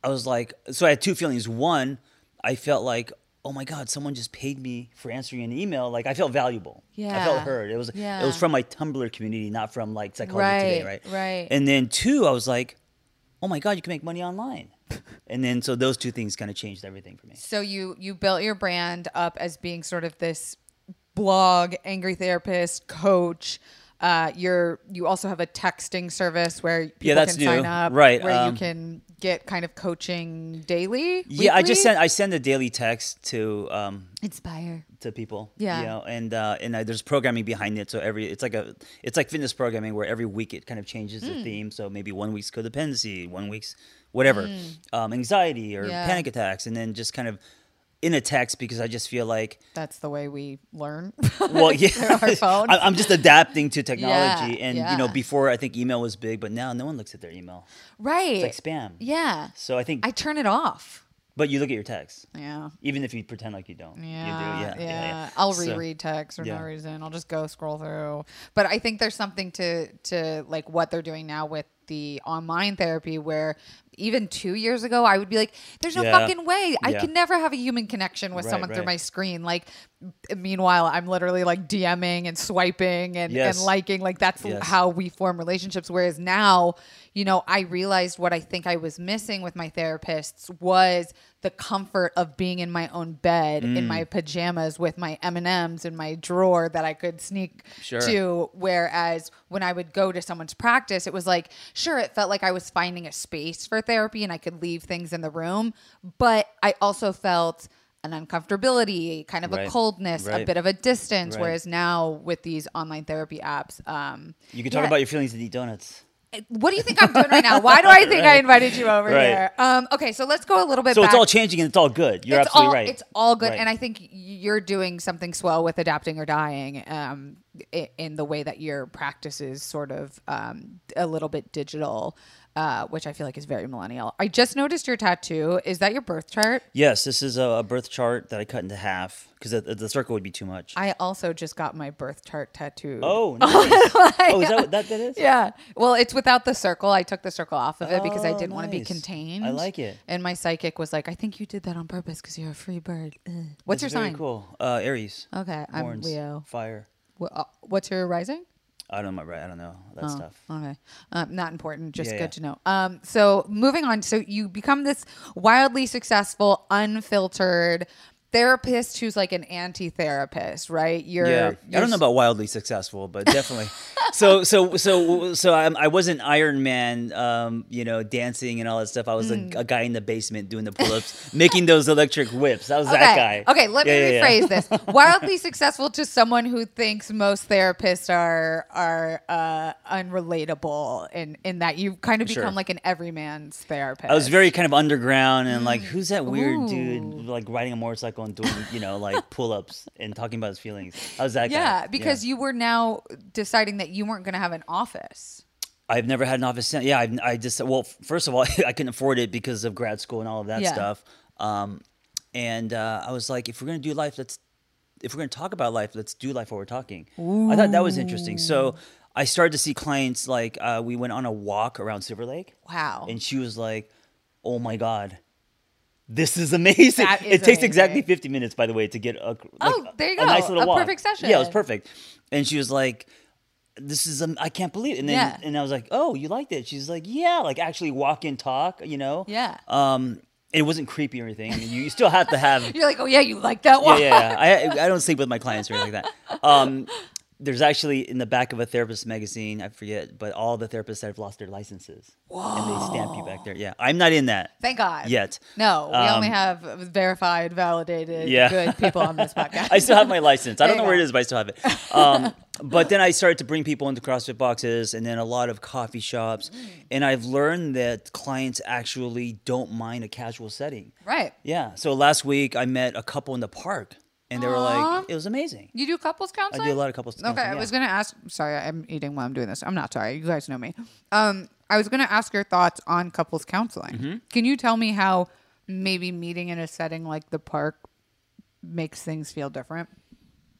[SPEAKER 1] I was like, so I had two feelings. One, I felt like, oh my god, someone just paid me for answering an email. Like I felt valuable. I felt
[SPEAKER 2] Yeah.
[SPEAKER 1] heard. It was it
[SPEAKER 2] Yeah.
[SPEAKER 1] was from my Tumblr community, not from like psychology today,
[SPEAKER 2] Right,
[SPEAKER 1] right?
[SPEAKER 2] right.
[SPEAKER 1] And then two, I was like, oh my god, you can make money online. and then so those two things kind of changed everything for me.
[SPEAKER 2] So you you built your brand up as being sort of this blog, angry therapist, coach. Uh, you're you also have a texting service where people
[SPEAKER 1] that's
[SPEAKER 2] can
[SPEAKER 1] new.
[SPEAKER 2] sign up,
[SPEAKER 1] Right,
[SPEAKER 2] Where you
[SPEAKER 1] um,
[SPEAKER 2] can get kind of coaching daily.
[SPEAKER 1] Yeah, I just
[SPEAKER 2] weekly?
[SPEAKER 1] send I send a daily text to um
[SPEAKER 2] inspire.
[SPEAKER 1] to people.
[SPEAKER 2] Yeah.
[SPEAKER 1] You know, and uh, and I, there's programming behind it. So every it's like a it's like fitness programming where every week it kind of changes
[SPEAKER 2] Hmm.
[SPEAKER 1] the theme. So maybe one week's codependency, one week's whatever, um, anxiety or
[SPEAKER 2] Hmm. Yeah.
[SPEAKER 1] panic attacks, and then just kind of in a text because I just feel like
[SPEAKER 2] That's the way we learn.
[SPEAKER 1] well yeah
[SPEAKER 2] our phones.
[SPEAKER 1] I, am just adapting to technology and you know
[SPEAKER 2] yeah.
[SPEAKER 1] before I think email was big, but now no one looks at their email.
[SPEAKER 2] right.
[SPEAKER 1] It's like spam.
[SPEAKER 2] Yeah.
[SPEAKER 1] So I think
[SPEAKER 2] I turn it off.
[SPEAKER 1] but you look at your text.
[SPEAKER 2] Yeah.
[SPEAKER 1] Even if you pretend like you don't. You do,
[SPEAKER 2] Yeah,
[SPEAKER 1] yeah, yeah, yeah.
[SPEAKER 2] I'll
[SPEAKER 1] So-
[SPEAKER 2] reread text for
[SPEAKER 1] yeah.
[SPEAKER 2] no reason. I'll just go scroll through. But I think there's something to to like what they're doing now with the online therapy where even two years ago I would be like, There's no
[SPEAKER 1] Yeah.
[SPEAKER 2] fucking way. I
[SPEAKER 1] Yeah.
[SPEAKER 2] can never have a human connection with
[SPEAKER 1] Right,
[SPEAKER 2] someone through
[SPEAKER 1] right.
[SPEAKER 2] my screen. Like meanwhile I'm literally like DMing and swiping and,
[SPEAKER 1] Yes.
[SPEAKER 2] and liking. Like that's
[SPEAKER 1] Yes.
[SPEAKER 2] how we form relationships. Whereas now, you know, I realized what I think I was missing with my therapists was the comfort of being in my own bed
[SPEAKER 1] Mm.
[SPEAKER 2] in my pajamas with my M&Ms in my drawer that I could sneak
[SPEAKER 1] Sure.
[SPEAKER 2] to whereas when I would go to someone's practice it was like sure it felt like I was finding a space for therapy and I could leave things in the room but I also felt an uncomfortability kind of a
[SPEAKER 1] Right.
[SPEAKER 2] coldness a
[SPEAKER 1] Right.
[SPEAKER 2] bit of a distance
[SPEAKER 1] Right.
[SPEAKER 2] whereas now with these online therapy apps um
[SPEAKER 1] You can talk
[SPEAKER 2] yeah.
[SPEAKER 1] about your feelings and eat donuts.
[SPEAKER 2] what do you think I'm doing right now? Why do I think I invited you over
[SPEAKER 1] Right.
[SPEAKER 2] here? Um, okay, so let's go a little bit.
[SPEAKER 1] So
[SPEAKER 2] back.
[SPEAKER 1] it's all changing and it's all good. You're
[SPEAKER 2] it's
[SPEAKER 1] absolutely
[SPEAKER 2] all,
[SPEAKER 1] right.
[SPEAKER 2] It's all good,
[SPEAKER 1] Right.
[SPEAKER 2] and I think you're doing something swell with adapting or dying um, i- in the way that your practice is sort of um, a little bit digital, uh, which I feel like is very millennial. I just noticed your tattoo. Is that your birth chart?
[SPEAKER 1] yes, this is a, a birth chart that I cut into half because the, the circle would be too much.
[SPEAKER 2] I also just got my birth chart tattooed.
[SPEAKER 1] oh, nice. oh, is that what that, that is?
[SPEAKER 2] Yeah. Well, it's without the circle. I took the circle off of it because I
[SPEAKER 1] Oh,
[SPEAKER 2] didn't want to be
[SPEAKER 1] nice.
[SPEAKER 2] contained.
[SPEAKER 1] I like it.
[SPEAKER 2] And my psychic was like, I think you did that on purpose because you're a free bird. Ugh. What's
[SPEAKER 1] It's
[SPEAKER 2] your
[SPEAKER 1] very
[SPEAKER 2] sign?
[SPEAKER 1] Cool. Uh, Aries.
[SPEAKER 2] Okay. I'm
[SPEAKER 1] Horns,
[SPEAKER 2] Leo.
[SPEAKER 1] Fire.
[SPEAKER 2] Wha- uh, What's your rising?
[SPEAKER 1] I don't know. Right. I don't know
[SPEAKER 2] Oh.
[SPEAKER 1] that stuff.
[SPEAKER 2] Okay. Um, not important. Just
[SPEAKER 1] Yeah,
[SPEAKER 2] good
[SPEAKER 1] yeah.
[SPEAKER 2] to know. Um, so moving on. So you become this wildly successful, unfiltered therapist who's like an anti-therapist, right? You're,
[SPEAKER 1] Yeah, I
[SPEAKER 2] you're
[SPEAKER 1] don't know about wildly successful, but definitely. so, so, so, so I'm, I wasn't Iron Man, um, you know, dancing and all that stuff. I was
[SPEAKER 2] Hmm.
[SPEAKER 1] a, a guy in the basement doing the pull-ups, making those electric whips. I was that guy.
[SPEAKER 2] okay. Okay, let me
[SPEAKER 1] Yeah, yeah, yeah.
[SPEAKER 2] rephrase this. Wildly successful to someone who thinks most therapists are are uh, unrelatable, in in that you kind of become
[SPEAKER 1] Sure.
[SPEAKER 2] like an everyman's therapist.
[SPEAKER 1] I was very kind of underground and like, who's that weird dude
[SPEAKER 2] Hmm. Ooh.
[SPEAKER 1] like riding a motorcycle and doing, you know, like pull ups and talking about his feelings? I was that guy.
[SPEAKER 2] yeah, because you were now deciding that you weren't going to have an office.
[SPEAKER 1] I've never had an office. sen- Yeah, I've, I just well, f- first of all, I couldn't afford it because of grad school and all of that
[SPEAKER 2] Yeah.
[SPEAKER 1] stuff. Um, and uh, I was like, if we're gonna do life, let's if we're going to talk about life, let's do life while we're talking. I thought that was interesting. So I started to see clients like uh, we went on a walk around Silver Lake,
[SPEAKER 2] Wow.
[SPEAKER 1] and she was like, "Oh my god." This is amazing.
[SPEAKER 2] That
[SPEAKER 1] it
[SPEAKER 2] is
[SPEAKER 1] takes exactly
[SPEAKER 2] amazing.
[SPEAKER 1] 50 minutes, by the way, to get a, like,
[SPEAKER 2] Oh, there you
[SPEAKER 1] a nice
[SPEAKER 2] go.
[SPEAKER 1] little
[SPEAKER 2] A
[SPEAKER 1] walk.
[SPEAKER 2] perfect session.
[SPEAKER 1] Yeah, it was perfect. And she was like, this is um, I can't believe it. And then
[SPEAKER 2] Yeah.
[SPEAKER 1] and I was like, oh, you liked it. She's like, yeah, like actually walk and talk, you know.
[SPEAKER 2] Yeah.
[SPEAKER 1] Um, it wasn't creepy or anything. I mean, you, you still have to have. yeah,
[SPEAKER 2] You're like, oh yeah, you like that
[SPEAKER 1] yeah,
[SPEAKER 2] one.
[SPEAKER 1] yeah. I I don't sleep with my clients or anything like that. Um, there's actually in the back of a therapist magazine, I forget, but all the therapists that have lost their licenses and they stamp you back there. Yeah, I'm not in that
[SPEAKER 2] Thank God.
[SPEAKER 1] yet.
[SPEAKER 2] No, we only
[SPEAKER 1] Um,
[SPEAKER 2] have verified, validated,
[SPEAKER 1] Yeah.
[SPEAKER 2] good people on this podcast.
[SPEAKER 1] I still have my license. I don't know
[SPEAKER 2] There you
[SPEAKER 1] where it
[SPEAKER 2] go.
[SPEAKER 1] is, but I still have it. Um, but then I started to bring people into CrossFit boxes and then a lot of coffee shops. And I've learned that clients actually don't mind a casual setting.
[SPEAKER 2] right.
[SPEAKER 1] Yeah. So last week I met a couple in the park and they were
[SPEAKER 2] Aw.
[SPEAKER 1] like, it was amazing.
[SPEAKER 2] You do couples
[SPEAKER 1] I
[SPEAKER 2] counseling?
[SPEAKER 1] do a lot of couples.
[SPEAKER 2] Okay, I was gonna ask. Sorry, I'm eating while I'm doing this. I'm not sorry. You guys know me. Um, I was gonna ask your thoughts on couples counseling.
[SPEAKER 1] Mm-hmm.
[SPEAKER 2] Can you tell me how maybe meeting in a setting like the park makes things feel different?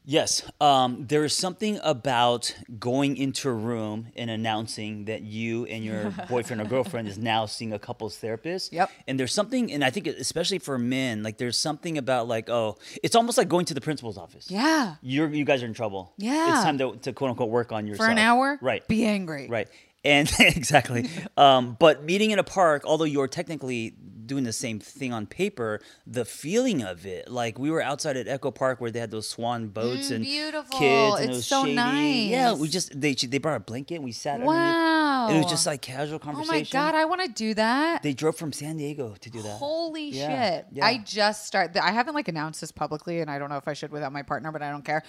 [SPEAKER 1] Yes. Um, there is something about going into a room and announcing that you and your boyfriend or girlfriend is now seeing a couples therapist.
[SPEAKER 2] Yep.
[SPEAKER 1] And there's something, and I think especially for men, like there's something about like, oh, it's almost like going to the principal's office.
[SPEAKER 2] Yeah,
[SPEAKER 1] You're, you guys are in trouble.
[SPEAKER 2] Yeah.
[SPEAKER 1] It's time to, to quote unquote work on yourself.
[SPEAKER 2] for an hour.
[SPEAKER 1] Right.
[SPEAKER 2] Be angry.
[SPEAKER 1] Right. And exactly. um, but meeting in a park, although you're technically doing the same thing on paper, the feeling of it, like we were outside at Echo Park where they had those swan boats
[SPEAKER 2] Mm,
[SPEAKER 1] and
[SPEAKER 2] beautiful.
[SPEAKER 1] kids, and it
[SPEAKER 2] It's
[SPEAKER 1] was
[SPEAKER 2] so
[SPEAKER 1] shady. Yeah, we
[SPEAKER 2] nice.
[SPEAKER 1] just they they brought a blanket. and We sat.
[SPEAKER 2] Wow.
[SPEAKER 1] Underneath. It was just like casual
[SPEAKER 2] Oh
[SPEAKER 1] conversation.
[SPEAKER 2] my god, I want to do that.
[SPEAKER 1] they drove from San Diego to do that.
[SPEAKER 2] Holy
[SPEAKER 1] Yeah,
[SPEAKER 2] shit.
[SPEAKER 1] yeah.
[SPEAKER 2] I just started, I haven't like announced this publicly and I don't know if I should without my partner, but I don't care.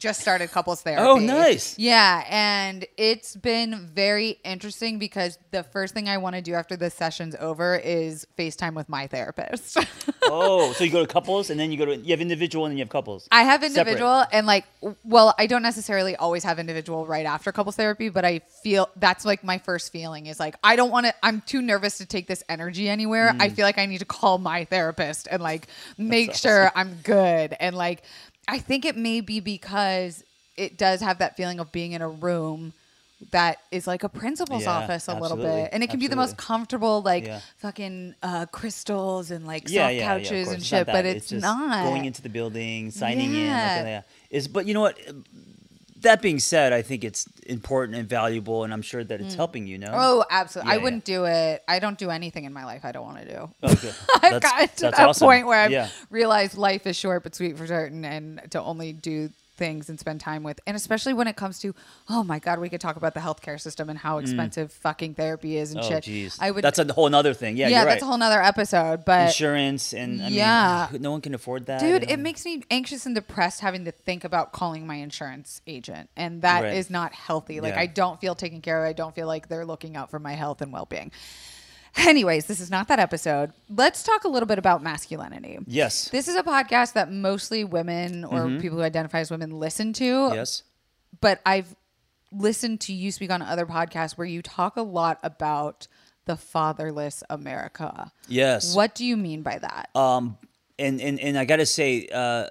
[SPEAKER 2] Just started couples therapy.
[SPEAKER 1] Oh, nice.
[SPEAKER 2] Yeah. And it's been very interesting because the first thing I want to do after this session's over is FaceTime with my therapist.
[SPEAKER 1] oh, so you go to couples, and then you go to you have individual, and then you have couples.
[SPEAKER 2] I have
[SPEAKER 1] Separate.
[SPEAKER 2] individual and like, w- well, I don't necessarily always have individual right after couples therapy, but I feel that's like my first feeling is like, I don't want to, I'm too nervous to take this energy anywhere.
[SPEAKER 1] Mm.
[SPEAKER 2] I feel like I need to call my therapist and like make sure I'm good. And like, I think it may be because it does have that feeling of being in a room that is like a principal's
[SPEAKER 1] Yeah,
[SPEAKER 2] office a little
[SPEAKER 1] absolutely,
[SPEAKER 2] bit and it can be the most
[SPEAKER 1] absolutely.
[SPEAKER 2] comfortable like
[SPEAKER 1] Yeah.
[SPEAKER 2] fucking uh crystals and like soft
[SPEAKER 1] yeah, yeah, yeah, of
[SPEAKER 2] couches
[SPEAKER 1] course.
[SPEAKER 2] and
[SPEAKER 1] not
[SPEAKER 2] shit but
[SPEAKER 1] that.
[SPEAKER 2] it's,
[SPEAKER 1] just
[SPEAKER 2] not
[SPEAKER 1] going into the building, signing in.
[SPEAKER 2] Yeah.
[SPEAKER 1] Like, yeah, is but you know what? That being said, I think it's important and valuable, and I'm sure that it's helping you. No,
[SPEAKER 2] Oh, absolutely.
[SPEAKER 1] Yeah,
[SPEAKER 2] I
[SPEAKER 1] yeah.
[SPEAKER 2] wouldn't do it. I don't do anything in my life I don't want to do.
[SPEAKER 1] Okay.
[SPEAKER 2] I've
[SPEAKER 1] That's-
[SPEAKER 2] gotten to
[SPEAKER 1] that's
[SPEAKER 2] that
[SPEAKER 1] awesome.
[SPEAKER 2] point where I've
[SPEAKER 1] Yeah.
[SPEAKER 2] realized life is short but sweet for certain and to only do things and spend time with. And especially when it comes to, oh my God, we could talk about the healthcare system and how expensive fucking therapy is and
[SPEAKER 1] Mm. Oh,
[SPEAKER 2] shit.
[SPEAKER 1] jeez.
[SPEAKER 2] I would,
[SPEAKER 1] That's a whole other thing.
[SPEAKER 2] yeah,
[SPEAKER 1] Yeah, you're right.
[SPEAKER 2] that's a whole nother episode. But
[SPEAKER 1] Insurance and I
[SPEAKER 2] Yeah.
[SPEAKER 1] mean, no one can afford that.
[SPEAKER 2] Dude,
[SPEAKER 1] and-
[SPEAKER 2] it makes me anxious and depressed having to think about calling my insurance agent. And that is
[SPEAKER 1] Right.
[SPEAKER 2] not healthy. Like,
[SPEAKER 1] Yeah.
[SPEAKER 2] I don't feel taken care of. I don't feel like they're looking out for my health and well being. Anyways, this is not that episode. Let's talk a little bit about masculinity.
[SPEAKER 1] yes, Mm-hmm.
[SPEAKER 2] This is a podcast that mostly women or people who identify as women listen to.
[SPEAKER 1] yes,
[SPEAKER 2] But I've listened to you speak on other podcasts where you talk a lot about the fatherless America.
[SPEAKER 1] yes.
[SPEAKER 2] What do you mean by that?
[SPEAKER 1] Um, and and and I gotta say, uh,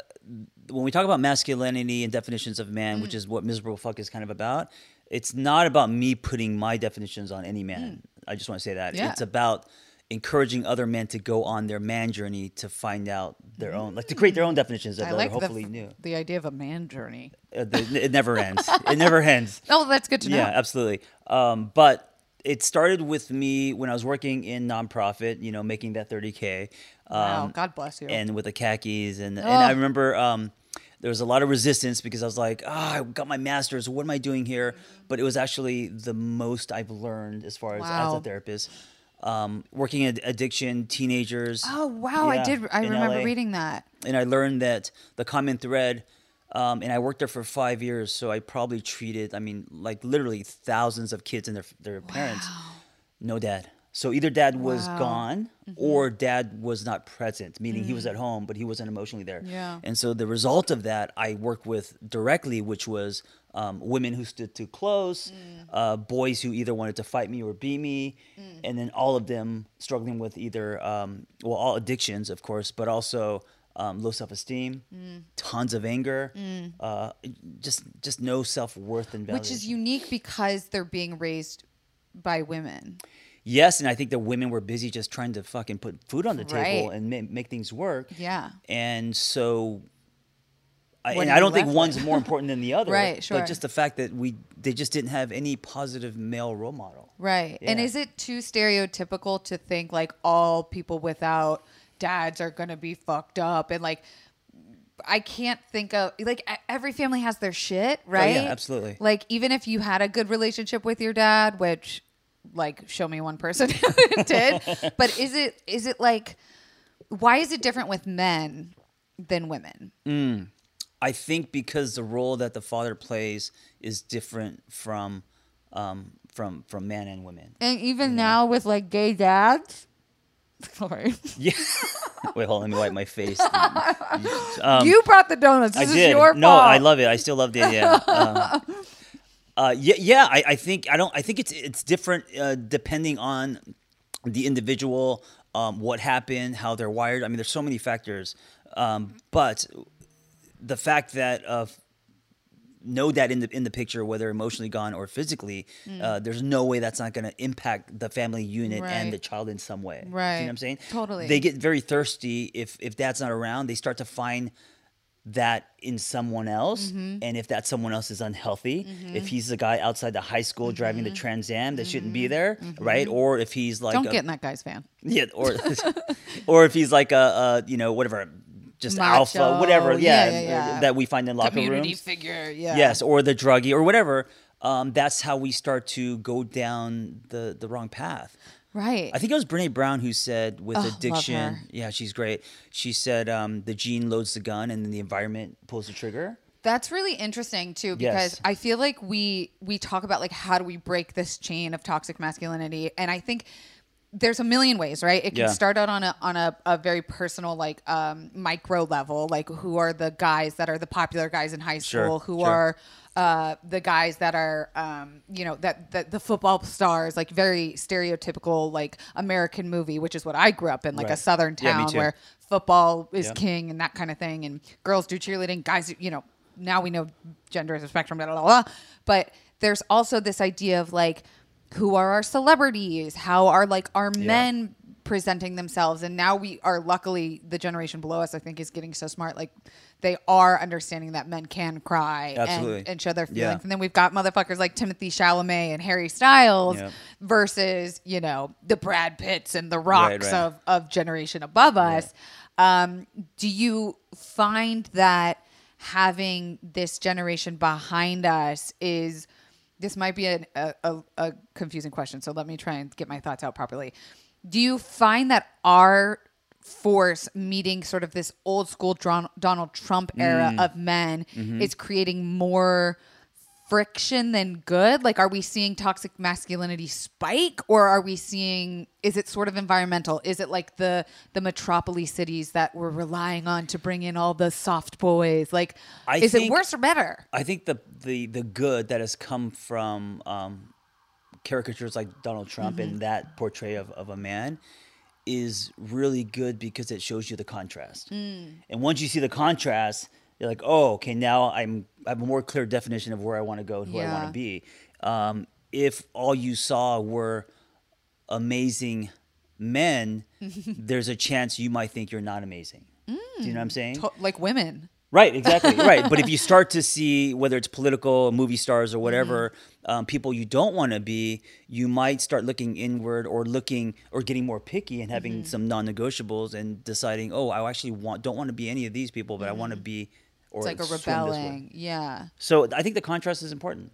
[SPEAKER 1] when we talk about masculinity and definitions of man,
[SPEAKER 2] Mm.
[SPEAKER 1] which is what miserable fuck is kind of about, it's not about me putting my definitions on any man. I just want to say that
[SPEAKER 2] Mm. Yeah.
[SPEAKER 1] it's about encouraging other men to go on their man journey to find out their own, like to create their own definitions of
[SPEAKER 2] I
[SPEAKER 1] that
[SPEAKER 2] like
[SPEAKER 1] are
[SPEAKER 2] the
[SPEAKER 1] hopefully
[SPEAKER 2] f-
[SPEAKER 1] new.
[SPEAKER 2] the idea of a man journey.
[SPEAKER 1] Uh, the, it never ends. It never ends.
[SPEAKER 2] Oh, that's good to know.
[SPEAKER 1] Yeah, absolutely. Um, but it started with me when I was working in nonprofit, you know, making that 30K. Um,
[SPEAKER 2] wow, God bless you.
[SPEAKER 1] and with the khakis and and I
[SPEAKER 2] Ugh.
[SPEAKER 1] remember um, there was a lot of resistance because I was like, ah, I got my master's. What am I doing here? But it was actually the most I've learned as far as as
[SPEAKER 2] Wow.
[SPEAKER 1] a therapist. Um, working at addiction, teenagers.
[SPEAKER 2] oh wow, I
[SPEAKER 1] yeah,
[SPEAKER 2] did. I
[SPEAKER 1] in
[SPEAKER 2] remember
[SPEAKER 1] LA.
[SPEAKER 2] reading that.
[SPEAKER 1] And I learned that the common thread, um, and I worked there for five years, so I probably treated, I mean, like literally thousands of kids and their their parents. No dad. So either dad was
[SPEAKER 2] Wow. Mm-hmm.
[SPEAKER 1] gone or dad was not present, meaning he was at home, but he wasn't emotionally there.
[SPEAKER 2] Mm. Yeah.
[SPEAKER 1] And so the result of that, I worked with directly, which was um, women who stood too
[SPEAKER 2] Mm.
[SPEAKER 1] close, uh, boys who either wanted to fight me or beat me,
[SPEAKER 2] Mm.
[SPEAKER 1] and then all of them struggling with either, um, well, all addictions, of course, but also um, low self esteem,
[SPEAKER 2] Mm.
[SPEAKER 1] tons of anger, uh, just just no self worth and value.
[SPEAKER 2] Which is unique because they're being raised by women.
[SPEAKER 1] yes, and I think the women were busy just trying to fucking put food on the table
[SPEAKER 2] Right.
[SPEAKER 1] and ma- make things work.
[SPEAKER 2] Yeah.
[SPEAKER 1] and so. I,
[SPEAKER 2] What
[SPEAKER 1] and
[SPEAKER 2] are
[SPEAKER 1] I
[SPEAKER 2] you
[SPEAKER 1] don't think
[SPEAKER 2] left
[SPEAKER 1] one's
[SPEAKER 2] with?
[SPEAKER 1] more important than the other.
[SPEAKER 2] Right,
[SPEAKER 1] But
[SPEAKER 2] sure.
[SPEAKER 1] just the fact that we they just didn't have any positive male role model.
[SPEAKER 2] Right. And
[SPEAKER 1] Yeah.
[SPEAKER 2] is it too stereotypical to think like all people without dads are going to be fucked up and like I can't think of like e- every family has their shit, right?
[SPEAKER 1] Oh, absolutely.
[SPEAKER 2] Like even if you had a good relationship with your dad, which like show me one person who did, but is it is it like why is it different with men than women?
[SPEAKER 1] I think because the role that the father plays is different from um, from from men and women.
[SPEAKER 2] And even now with like gay dads, sorry.
[SPEAKER 1] Yeah. Wait, hold on. Let me wipe my face.
[SPEAKER 2] you brought the donuts.
[SPEAKER 1] Um, I
[SPEAKER 2] This is
[SPEAKER 1] did.
[SPEAKER 2] your
[SPEAKER 1] no,
[SPEAKER 2] fault.
[SPEAKER 1] I love it. I still love the idea. Um, uh, yeah, yeah. I, I think I don't. I think it's it's different uh, depending on the individual, um, what happened, how they're wired. I mean, there's so many factors, um, but the fact that of know that in the in the picture, whether emotionally gone or physically,
[SPEAKER 2] Mm.
[SPEAKER 1] uh, there's no way that's not going to impact the family unit and
[SPEAKER 2] Right.
[SPEAKER 1] the child in some way. Do You know
[SPEAKER 2] Right.
[SPEAKER 1] what I'm saying?
[SPEAKER 2] Totally.
[SPEAKER 1] They get very thirsty if if dad's not around. They start to find that in someone else
[SPEAKER 2] Mm-hmm.
[SPEAKER 1] and if that someone else is unhealthy if he's the guy outside the high school driving the trans am that shouldn't be there right or if he's like
[SPEAKER 2] Mm-hmm. Don't
[SPEAKER 1] a-
[SPEAKER 2] get in that guy's van.
[SPEAKER 1] yeah, or or if he's like a, a you know whatever, just alpha,
[SPEAKER 2] Macho.
[SPEAKER 1] whatever, yeah,
[SPEAKER 2] Yeah, yeah,
[SPEAKER 1] uh,
[SPEAKER 2] yeah.
[SPEAKER 1] that we find in locker rooms.
[SPEAKER 2] figure. Yeah.
[SPEAKER 1] Yes, or the druggie or whatever. Um, that's how we start to go down the the wrong path.
[SPEAKER 2] Right.
[SPEAKER 1] I think it was Brene Brown who said with
[SPEAKER 2] Oh, love her.
[SPEAKER 1] addiction, yeah, she's great. She said um, the gene loads the gun and then the environment pulls the trigger.
[SPEAKER 2] That's really interesting too because
[SPEAKER 1] Yes.
[SPEAKER 2] I feel like we we talk about like how do we break this chain of toxic masculinity and I think there's a million ways, right? It can
[SPEAKER 1] Yeah.
[SPEAKER 2] start out on a on a, a very personal like um micro level, like who are the guys that are the popular guys in high
[SPEAKER 1] Sure,
[SPEAKER 2] school, who
[SPEAKER 1] sure.
[SPEAKER 2] are uh, the guys that are, um, you know, that, that the football stars, like very stereotypical, like American movie, which is what I grew up in, like a
[SPEAKER 1] Right.
[SPEAKER 2] southern
[SPEAKER 1] Yeah, me
[SPEAKER 2] town
[SPEAKER 1] too.
[SPEAKER 2] where football is
[SPEAKER 1] Yep.
[SPEAKER 2] king and that kind of thing, and girls do cheerleading, guys, do- you know, now we know gender is a spectrum, blah, blah, blah. blah. But there's also this idea of like, who are our celebrities? How are like our men presenting themselves? And now we are luckily the generation below us, I think, is getting so smart. Like they are understanding that men can cry
[SPEAKER 1] Absolutely.
[SPEAKER 2] and, and show their
[SPEAKER 1] Yeah.
[SPEAKER 2] feelings. And then we've got motherfuckers like Timothy Chalamet and Harry Styles
[SPEAKER 1] Yep.
[SPEAKER 2] versus, you know, the Brad Pitts and the rocks
[SPEAKER 1] right.
[SPEAKER 2] Of, of generation above us. Um, do you find that having this generation behind us is this might be an, a, a, a confusing question, so let me try and get my thoughts out properly. Do you find that our force meeting sort of this old school Dron- Donald Trump era
[SPEAKER 1] Mm.
[SPEAKER 2] of men
[SPEAKER 1] Mm-hmm.
[SPEAKER 2] is creating more friction than good? Like, are we seeing toxic masculinity spike, or are we seeing? Is it sort of environmental? Is it like the the metropolis cities that we're relying on to bring in all the soft boys? Like,
[SPEAKER 1] I
[SPEAKER 2] is it
[SPEAKER 1] think-
[SPEAKER 2] worse or better?
[SPEAKER 1] I think the the the good that has come from um, caricatures like Donald Trump and that portray of, of a man is really good because it shows you the contrast. And once you see the contrast, you're like, oh, okay, now I'm I have a more clear definition of where I want to go and who I want
[SPEAKER 2] Yeah.
[SPEAKER 1] to be. Um, if all you saw were amazing men, there's a chance you might think you're not amazing. Do you know what I'm saying?
[SPEAKER 2] To- like women,
[SPEAKER 1] Right, exactly. right. But if you start to see whether it's political, movie stars, or whatever,
[SPEAKER 2] Mm-hmm.
[SPEAKER 1] um, people you don't want to be, you might start looking inward or looking or getting more picky and
[SPEAKER 2] Mm-hmm.
[SPEAKER 1] having some non negotiables and deciding, oh, I actually want don't want to be any of these people, but I want to be or
[SPEAKER 2] Mm-hmm. it's like a
[SPEAKER 1] swim this way."
[SPEAKER 2] rebelling. Yeah.
[SPEAKER 1] So I think the contrast is important.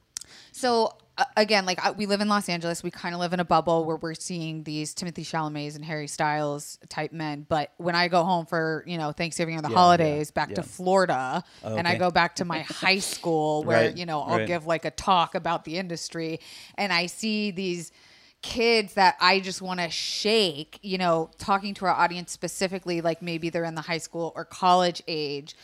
[SPEAKER 2] So uh, again, like I, we live in Los Angeles, we kind of live in a bubble where we're seeing these Timothy Chalamet's and Harry Styles type men. But when I go home for you know Thanksgiving or the holidays, back to
[SPEAKER 1] yeah.
[SPEAKER 2] Florida, and I
[SPEAKER 1] okay.
[SPEAKER 2] go back to my high school where
[SPEAKER 1] Right,
[SPEAKER 2] you know I'll
[SPEAKER 1] right.
[SPEAKER 2] give like a talk about the industry, and I see these kids that I just want to shake. You know, talking to our audience specifically, like maybe they're in the high school or college age.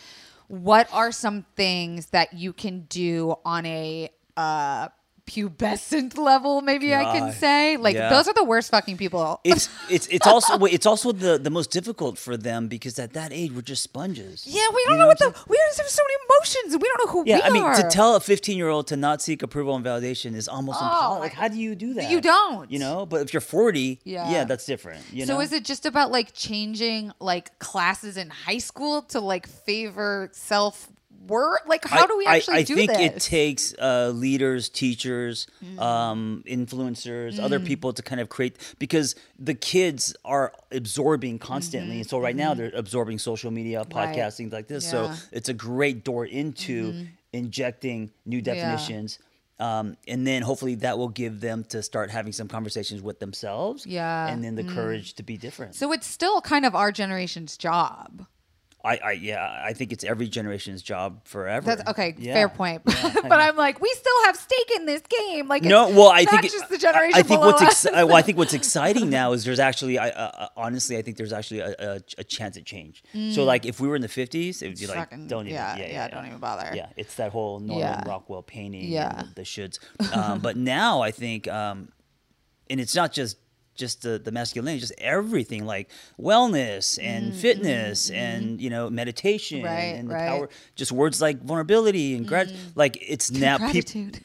[SPEAKER 2] What are some things that you can do on a uh, pubescent level, maybe I can
[SPEAKER 1] God.
[SPEAKER 2] say. Like
[SPEAKER 1] Yeah.
[SPEAKER 2] those are the worst fucking people.
[SPEAKER 1] It's it's it's also wait, it's also the the most difficult for them because at that age we're just sponges.
[SPEAKER 2] yeah, we don't
[SPEAKER 1] You
[SPEAKER 2] know,
[SPEAKER 1] know
[SPEAKER 2] what
[SPEAKER 1] what I'm
[SPEAKER 2] the we don't have so many emotions. We don't know who Oh,
[SPEAKER 1] Yeah,
[SPEAKER 2] we
[SPEAKER 1] I mean
[SPEAKER 2] are. Oh,
[SPEAKER 1] to tell a 15 year old to not seek approval and validation is almost impossible. Like how do you do that?
[SPEAKER 2] You don't.
[SPEAKER 1] You know, but if you're 40,
[SPEAKER 2] Yeah.
[SPEAKER 1] yeah, that's different. You
[SPEAKER 2] so
[SPEAKER 1] know?
[SPEAKER 2] is it just about like changing like classes in high school to like favor self worth? Like how
[SPEAKER 1] I-
[SPEAKER 2] do we
[SPEAKER 1] I-
[SPEAKER 2] actually
[SPEAKER 1] I,
[SPEAKER 2] do
[SPEAKER 1] think
[SPEAKER 2] this? Mm.
[SPEAKER 1] it takes uh, leaders, teachers, um, influencers, other people to kind of create because the kids are absorbing constantly. And so right now they're absorbing social media,
[SPEAKER 2] Mm-hmm. Right.
[SPEAKER 1] podcasts, things like this.
[SPEAKER 2] Yeah. Mm-hmm.
[SPEAKER 1] So it's a great door into injecting new definitions. Um, and then hopefully that will give them to start having some conversations with themselves.
[SPEAKER 2] Yeah. Mm.
[SPEAKER 1] And then the courage to be different.
[SPEAKER 2] so it's still kind of our generation's job.
[SPEAKER 1] I, I, yeah, I think it's every generation's job forever.
[SPEAKER 2] That's okay.
[SPEAKER 1] Yeah.
[SPEAKER 2] Fair point. but I'm like, we still have stake in this game. Like,
[SPEAKER 1] No,
[SPEAKER 2] it's
[SPEAKER 1] well, I
[SPEAKER 2] not
[SPEAKER 1] think it-
[SPEAKER 2] just the
[SPEAKER 1] I-
[SPEAKER 2] generation
[SPEAKER 1] I, think
[SPEAKER 2] below
[SPEAKER 1] what's
[SPEAKER 2] us.
[SPEAKER 1] ex- I- well, I think what's exciting now is there's actually, I, uh, uh, honestly, I think there's actually a, a, a chance at change. So, like, if we were in the 50s, it would be like,
[SPEAKER 2] fucking-
[SPEAKER 1] don't
[SPEAKER 2] Mm.
[SPEAKER 1] even,
[SPEAKER 2] yeah,
[SPEAKER 1] yeah, yeah,
[SPEAKER 2] yeah, don't even bother.
[SPEAKER 1] Yeah, it's that whole Norman
[SPEAKER 2] Yeah.
[SPEAKER 1] Rockwell painting, and
[SPEAKER 2] Yeah.
[SPEAKER 1] the, the shoulds. Um, but now I think, um, and it's not just just the, the masculinity, just everything like wellness and fitness and you know meditation
[SPEAKER 2] Mm, Right,
[SPEAKER 1] and the
[SPEAKER 2] right. Mm.
[SPEAKER 1] power, just words like vulnerability and grat- like it's now people,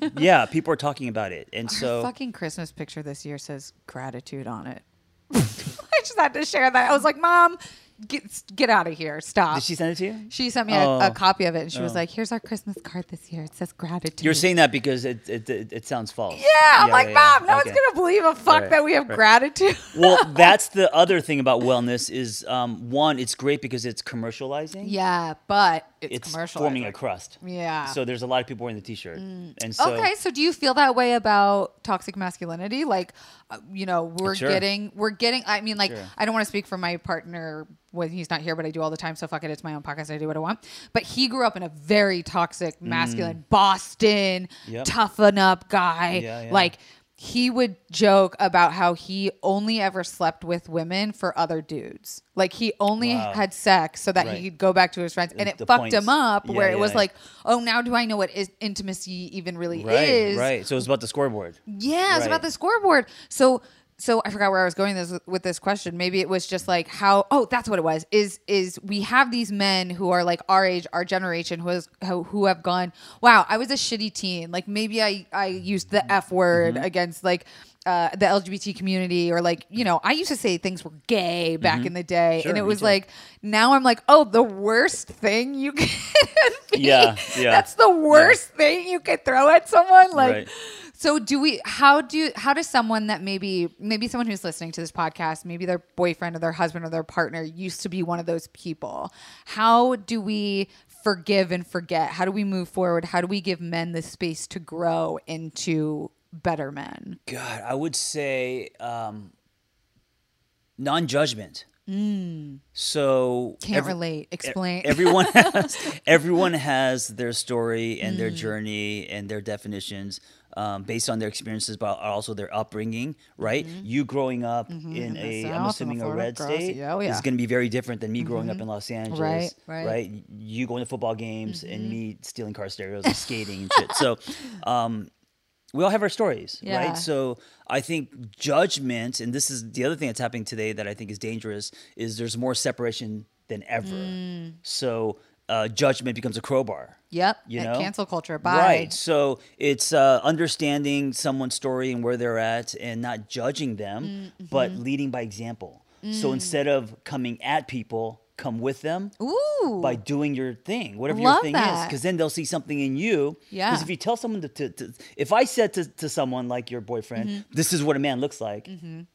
[SPEAKER 2] Gratitude.
[SPEAKER 1] yeah, people are talking about it, and
[SPEAKER 2] Our
[SPEAKER 1] so
[SPEAKER 2] fucking Christmas picture this year says gratitude on it. I just had to share that. I was like, Mom, get get out of here. Stop.
[SPEAKER 1] Did she send it to you?
[SPEAKER 2] She sent me a, a
[SPEAKER 1] Oh.
[SPEAKER 2] copy of it, and she was like, "Here's our Christmas card this year. It says gratitude."
[SPEAKER 1] You're saying that because it it, it, it sounds false.
[SPEAKER 2] yeah, I'm like,
[SPEAKER 1] yeah, yeah.
[SPEAKER 2] Mom, no
[SPEAKER 1] Okay.
[SPEAKER 2] one's gonna believe a fuck
[SPEAKER 1] Right,
[SPEAKER 2] that we have gratitude.
[SPEAKER 1] well, that's the other thing about wellness is um, one, it's great because it's commercializing.
[SPEAKER 2] yeah, but it's,
[SPEAKER 1] It's
[SPEAKER 2] commercial.
[SPEAKER 1] forming a crust.
[SPEAKER 2] Yeah. Mm.
[SPEAKER 1] So there's a lot of people wearing the T-shirt, and so
[SPEAKER 2] okay, so do you feel that way about toxic masculinity? Like, uh, you know, we're
[SPEAKER 1] Sure.
[SPEAKER 2] getting, we're getting. I mean, like,
[SPEAKER 1] Sure.
[SPEAKER 2] I don't want to speak for my partner when he's not here, but I do all the time. So fuck it, it's my own podcast. I do what I want. But he grew up in a very toxic, masculine Boston,
[SPEAKER 1] Mm. Yep.
[SPEAKER 2] toughen up guy.
[SPEAKER 1] Yeah, yeah.
[SPEAKER 2] Like, he would joke about how he only ever slept with women for other dudes. Like, he only
[SPEAKER 1] Wow.
[SPEAKER 2] had sex so that
[SPEAKER 1] Right.
[SPEAKER 2] he could go back to his friends, and it
[SPEAKER 1] The
[SPEAKER 2] fucked
[SPEAKER 1] points.
[SPEAKER 2] him up.
[SPEAKER 1] Yeah,
[SPEAKER 2] where it
[SPEAKER 1] yeah,
[SPEAKER 2] was
[SPEAKER 1] yeah.
[SPEAKER 2] like, oh, now do I know what is intimacy even really
[SPEAKER 1] right,
[SPEAKER 2] is.
[SPEAKER 1] right. So it's about the scoreboard.
[SPEAKER 2] Yeah, it's about
[SPEAKER 1] Right.
[SPEAKER 2] the scoreboard. So so I forgot where I was going this with this question. Maybe it was just like how oh that's what it was. Is is we have these men who are like our age, our generation who has who, who have gone, wow, I was a shitty teen. Like maybe I I used the F word
[SPEAKER 1] Mm-hmm.
[SPEAKER 2] against like uh, the LGBT community, or like you know, I used to say things were gay back in the day,
[SPEAKER 1] Mm-hmm. Sure,
[SPEAKER 2] and it
[SPEAKER 1] me
[SPEAKER 2] was
[SPEAKER 1] too.
[SPEAKER 2] like now I'm like, oh, the worst thing you can be.
[SPEAKER 1] Yeah, yeah.
[SPEAKER 2] That's the worst thing you could throw at someone. Like,
[SPEAKER 1] Right.
[SPEAKER 2] so do we? How do? How does someone that maybe maybe someone who's listening to this podcast, maybe their boyfriend or their husband or their partner used to be one of those people? How do we forgive and forget? How do we move forward? How do we give men the space to grow into better men?
[SPEAKER 1] God, I would say um, non-judgment. So
[SPEAKER 2] Mm. Can't
[SPEAKER 1] every-
[SPEAKER 2] relate. Explain.
[SPEAKER 1] everyone has, everyone has their story and
[SPEAKER 2] Mm.
[SPEAKER 1] their journey and their definitions um, based on their experiences but also their upbringing right
[SPEAKER 2] Mm-hmm.
[SPEAKER 1] you growing up in
[SPEAKER 2] the
[SPEAKER 1] a
[SPEAKER 2] South, in
[SPEAKER 1] am
[SPEAKER 2] the
[SPEAKER 1] assuming a
[SPEAKER 2] Florida
[SPEAKER 1] red
[SPEAKER 2] gross-
[SPEAKER 1] state
[SPEAKER 2] yeah, oh, yeah. Mm-hmm.
[SPEAKER 1] is going to be very different than me growing up in los angeles
[SPEAKER 2] Right, right. Mm-hmm.
[SPEAKER 1] you going to football games and me stealing car stereos and skating and shit so um, we all have our stories,
[SPEAKER 2] Yeah.
[SPEAKER 1] right? So I think judgment, and this is the other thing that's happening today that I think is dangerous, is there's more separation than ever.
[SPEAKER 2] Mm.
[SPEAKER 1] So uh, judgment becomes a crowbar.
[SPEAKER 2] Yep.
[SPEAKER 1] You
[SPEAKER 2] and
[SPEAKER 1] know?
[SPEAKER 2] Cancel culture. Bye.
[SPEAKER 1] Right. So it's uh, understanding someone's story and where they're at and not judging them,
[SPEAKER 2] Mm,
[SPEAKER 1] but
[SPEAKER 2] mm-hmm.
[SPEAKER 1] leading by example. So instead of coming at people, come with them
[SPEAKER 2] Ooh.
[SPEAKER 1] by doing your thing, whatever
[SPEAKER 2] Love
[SPEAKER 1] your thing is,
[SPEAKER 2] that.
[SPEAKER 1] because then they'll see something in you.
[SPEAKER 2] Yeah.
[SPEAKER 1] Because if you tell someone to, to, to if I said to, to someone like your boyfriend,
[SPEAKER 2] Mm-hmm.
[SPEAKER 1] this is what a man looks like,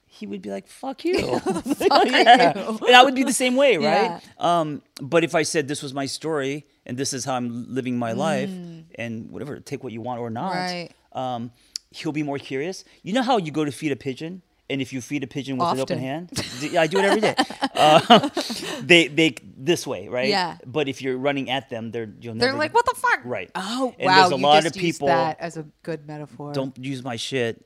[SPEAKER 1] he would be like, "Fuck you," yeah. and I would be the same way,
[SPEAKER 2] Yeah.
[SPEAKER 1] right? Um, but if I said this was my story and this is how I'm living my life, and whatever, take what you want or not,
[SPEAKER 2] Mm. Right.
[SPEAKER 1] um, he'll be more curious. You know how you go to feed a pigeon. And if you feed a pigeon with
[SPEAKER 2] Often.
[SPEAKER 1] an open hand, D- I do it every day. Uh, they they this way, right?
[SPEAKER 2] Yeah.
[SPEAKER 1] But if you're running at them, they're you'll
[SPEAKER 2] They're
[SPEAKER 1] never
[SPEAKER 2] like,
[SPEAKER 1] get-
[SPEAKER 2] what the fuck?
[SPEAKER 1] Right.
[SPEAKER 2] Oh,
[SPEAKER 1] And
[SPEAKER 2] wow.
[SPEAKER 1] there's a
[SPEAKER 2] you
[SPEAKER 1] lot
[SPEAKER 2] just
[SPEAKER 1] of
[SPEAKER 2] used
[SPEAKER 1] people-
[SPEAKER 2] that as a good metaphor.
[SPEAKER 1] Don't use my shit.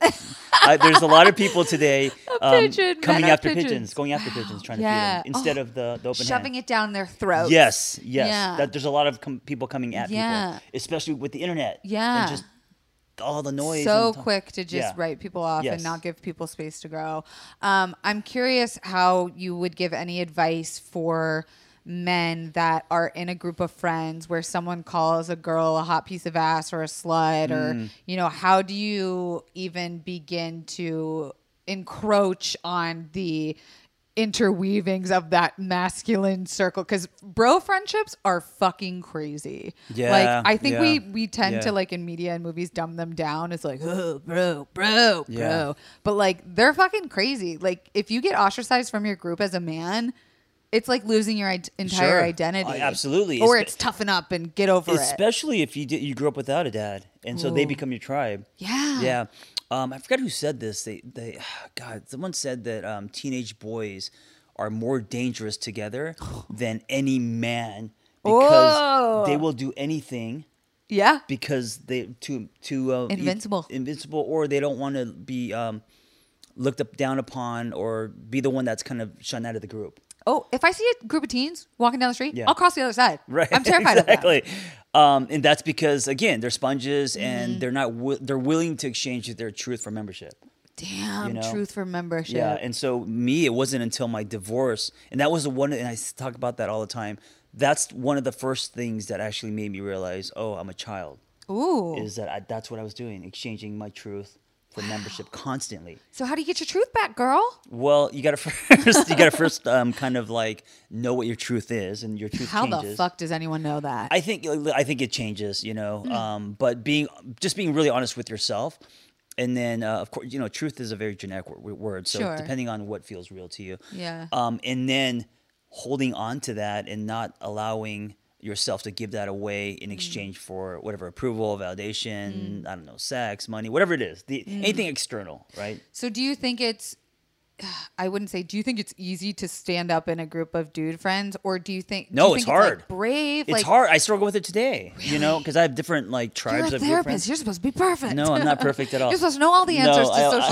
[SPEAKER 1] I, there's a lot of people today um,
[SPEAKER 2] pigeon,
[SPEAKER 1] coming
[SPEAKER 2] men are
[SPEAKER 1] after pigeons.
[SPEAKER 2] pigeons.
[SPEAKER 1] going after pigeons, trying
[SPEAKER 2] Yeah. Oh,
[SPEAKER 1] to feed them instead of the, the open
[SPEAKER 2] shoving
[SPEAKER 1] hand.
[SPEAKER 2] it down their throats.
[SPEAKER 1] Yes, yes.
[SPEAKER 2] Yeah.
[SPEAKER 1] That, there's a lot of com- people coming at
[SPEAKER 2] Yeah.
[SPEAKER 1] people, especially with the internet.
[SPEAKER 2] Yeah.
[SPEAKER 1] And just all the noise.
[SPEAKER 2] so
[SPEAKER 1] and the-
[SPEAKER 2] quick to just
[SPEAKER 1] Yeah.
[SPEAKER 2] write people off
[SPEAKER 1] Yes.
[SPEAKER 2] and not give people space to grow. Um, I'm curious how you would give any advice for men that are in a group of friends where someone calls a girl a hot piece of ass or a slut
[SPEAKER 1] Mm.
[SPEAKER 2] or you know how do you even begin to encroach on the interweavings of that masculine circle because bro friendships are fucking crazy
[SPEAKER 1] Yeah,
[SPEAKER 2] like i think
[SPEAKER 1] yeah.
[SPEAKER 2] we we tend
[SPEAKER 1] Yeah.
[SPEAKER 2] to like in media and movies dumb them down it's like oh bro bro bro
[SPEAKER 1] Yeah.
[SPEAKER 2] but like they're fucking crazy like if you get ostracized from your group as a man it's like losing your id- entire
[SPEAKER 1] Sure.
[SPEAKER 2] identity
[SPEAKER 1] Uh, absolutely.
[SPEAKER 2] or
[SPEAKER 1] Espe-
[SPEAKER 2] it's toughen up and get over it
[SPEAKER 1] especially if you did, you grew up without a dad, and so they become your tribe.
[SPEAKER 2] Yeah.
[SPEAKER 1] yeah. Um, I forgot who said this. They they God, someone said that um, teenage boys are more dangerous together than any man because they
[SPEAKER 2] Whoa.
[SPEAKER 1] will do anything
[SPEAKER 2] yeah
[SPEAKER 1] because they to to uh, eat-
[SPEAKER 2] Invincible.
[SPEAKER 1] invincible, or they don't want to be. Um, looked up down upon or be the one that's kind of shunned out of the group
[SPEAKER 2] oh if i see a group of teens walking down the street
[SPEAKER 1] Yeah.
[SPEAKER 2] i'll cross the other side
[SPEAKER 1] Right.
[SPEAKER 2] i'm terrified of that
[SPEAKER 1] exactly. Um, and that's because again, they're sponges
[SPEAKER 2] Mm-hmm.
[SPEAKER 1] and they're not wi- they're willing to exchange their truth for membership.
[SPEAKER 2] damn
[SPEAKER 1] You know?
[SPEAKER 2] truth for membership
[SPEAKER 1] Yeah. And so me, it wasn't until my divorce, and that was the one and I s- talk about that all the time. That's one of the first things that actually made me realize, oh, I'm a child.
[SPEAKER 2] ooh
[SPEAKER 1] Is that I, that's what I was doing, exchanging my truth for membership constantly.
[SPEAKER 2] so how do you get your truth back girl
[SPEAKER 1] Well, you gotta first, you gotta first um, kind of like know what your truth is, and your truth
[SPEAKER 2] how
[SPEAKER 1] changes.
[SPEAKER 2] the fuck does anyone know that
[SPEAKER 1] I think I think it changes, you know.
[SPEAKER 2] Hmm.
[SPEAKER 1] Um, but being just being really honest with yourself, and then uh, of course, you know, truth is a very generic w- word. So
[SPEAKER 2] Sure.
[SPEAKER 1] depending on what feels real to you,
[SPEAKER 2] Yeah.
[SPEAKER 1] Um, and then holding on to that and not allowing yourself to give that away
[SPEAKER 2] Hmm.
[SPEAKER 1] in exchange for whatever approval, validation, I don't know, sex, money, whatever it is, the,
[SPEAKER 2] Hmm.
[SPEAKER 1] anything external, right?
[SPEAKER 2] So do you think it's I wouldn't say do you think it's easy to stand up in a group of dude friends or do you think do
[SPEAKER 1] No,
[SPEAKER 2] you
[SPEAKER 1] it's
[SPEAKER 2] think like,
[SPEAKER 1] hard.
[SPEAKER 2] brave
[SPEAKER 1] It's
[SPEAKER 2] like,
[SPEAKER 1] hard. I struggle with it today, you know, because I have different like
[SPEAKER 2] You're
[SPEAKER 1] tribes
[SPEAKER 2] a
[SPEAKER 1] of group friends.
[SPEAKER 2] therapist. You're supposed to be perfect.
[SPEAKER 1] No, I'm not perfect at all.
[SPEAKER 2] You're supposed to know all the
[SPEAKER 1] No,
[SPEAKER 2] answers
[SPEAKER 1] I-
[SPEAKER 2] to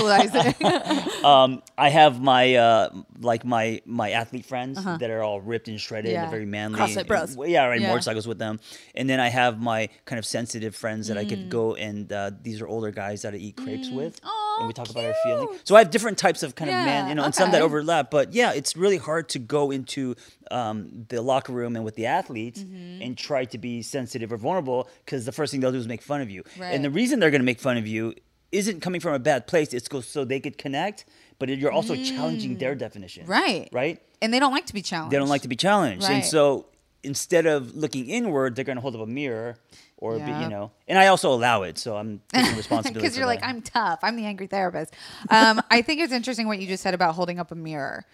[SPEAKER 2] socializing.
[SPEAKER 1] um, I have my uh, like my my athlete friends that are all ripped and shredded,
[SPEAKER 2] Uh-huh. Yeah.
[SPEAKER 1] and very manly.
[SPEAKER 2] CrossFit
[SPEAKER 1] and-
[SPEAKER 2] bros.
[SPEAKER 1] well, yeah, I ride
[SPEAKER 2] Yeah.
[SPEAKER 1] motorcycles with them, and then I have my kind of sensitive friends that I
[SPEAKER 2] Mm.
[SPEAKER 1] could go and uh, these are older guys that I eat crepes with,
[SPEAKER 2] Aw,
[SPEAKER 1] and we talk about our feelings.
[SPEAKER 2] cute.
[SPEAKER 1] So I have different types of kind of man,
[SPEAKER 2] Yeah,
[SPEAKER 1] you know, and some that
[SPEAKER 2] okay.
[SPEAKER 1] overlap. But yeah, it's really hard to go into um, the locker room and with the athletes
[SPEAKER 2] Mm-hmm.
[SPEAKER 1] and try to be sensitive or vulnerable because the first thing they'll do is make fun of you,
[SPEAKER 2] Right.
[SPEAKER 1] and the reason they're going to make fun of you isn't coming from a bad place. It's 'cause- so they could connect, but you're also challenging their definition.
[SPEAKER 2] Mm. right.
[SPEAKER 1] Right?
[SPEAKER 2] And they don't like to be challenged.
[SPEAKER 1] They don't like to be challenged.
[SPEAKER 2] Right.
[SPEAKER 1] And so instead of looking inward, they're going to hold up a mirror or, be,
[SPEAKER 2] Yeah.
[SPEAKER 1] you know, and I also allow it. So I'm taking responsibility.
[SPEAKER 2] because
[SPEAKER 1] for
[SPEAKER 2] you're like
[SPEAKER 1] that.
[SPEAKER 2] i'm tough i'm the angry therapist um, i think it's interesting what you just said about holding up a mirror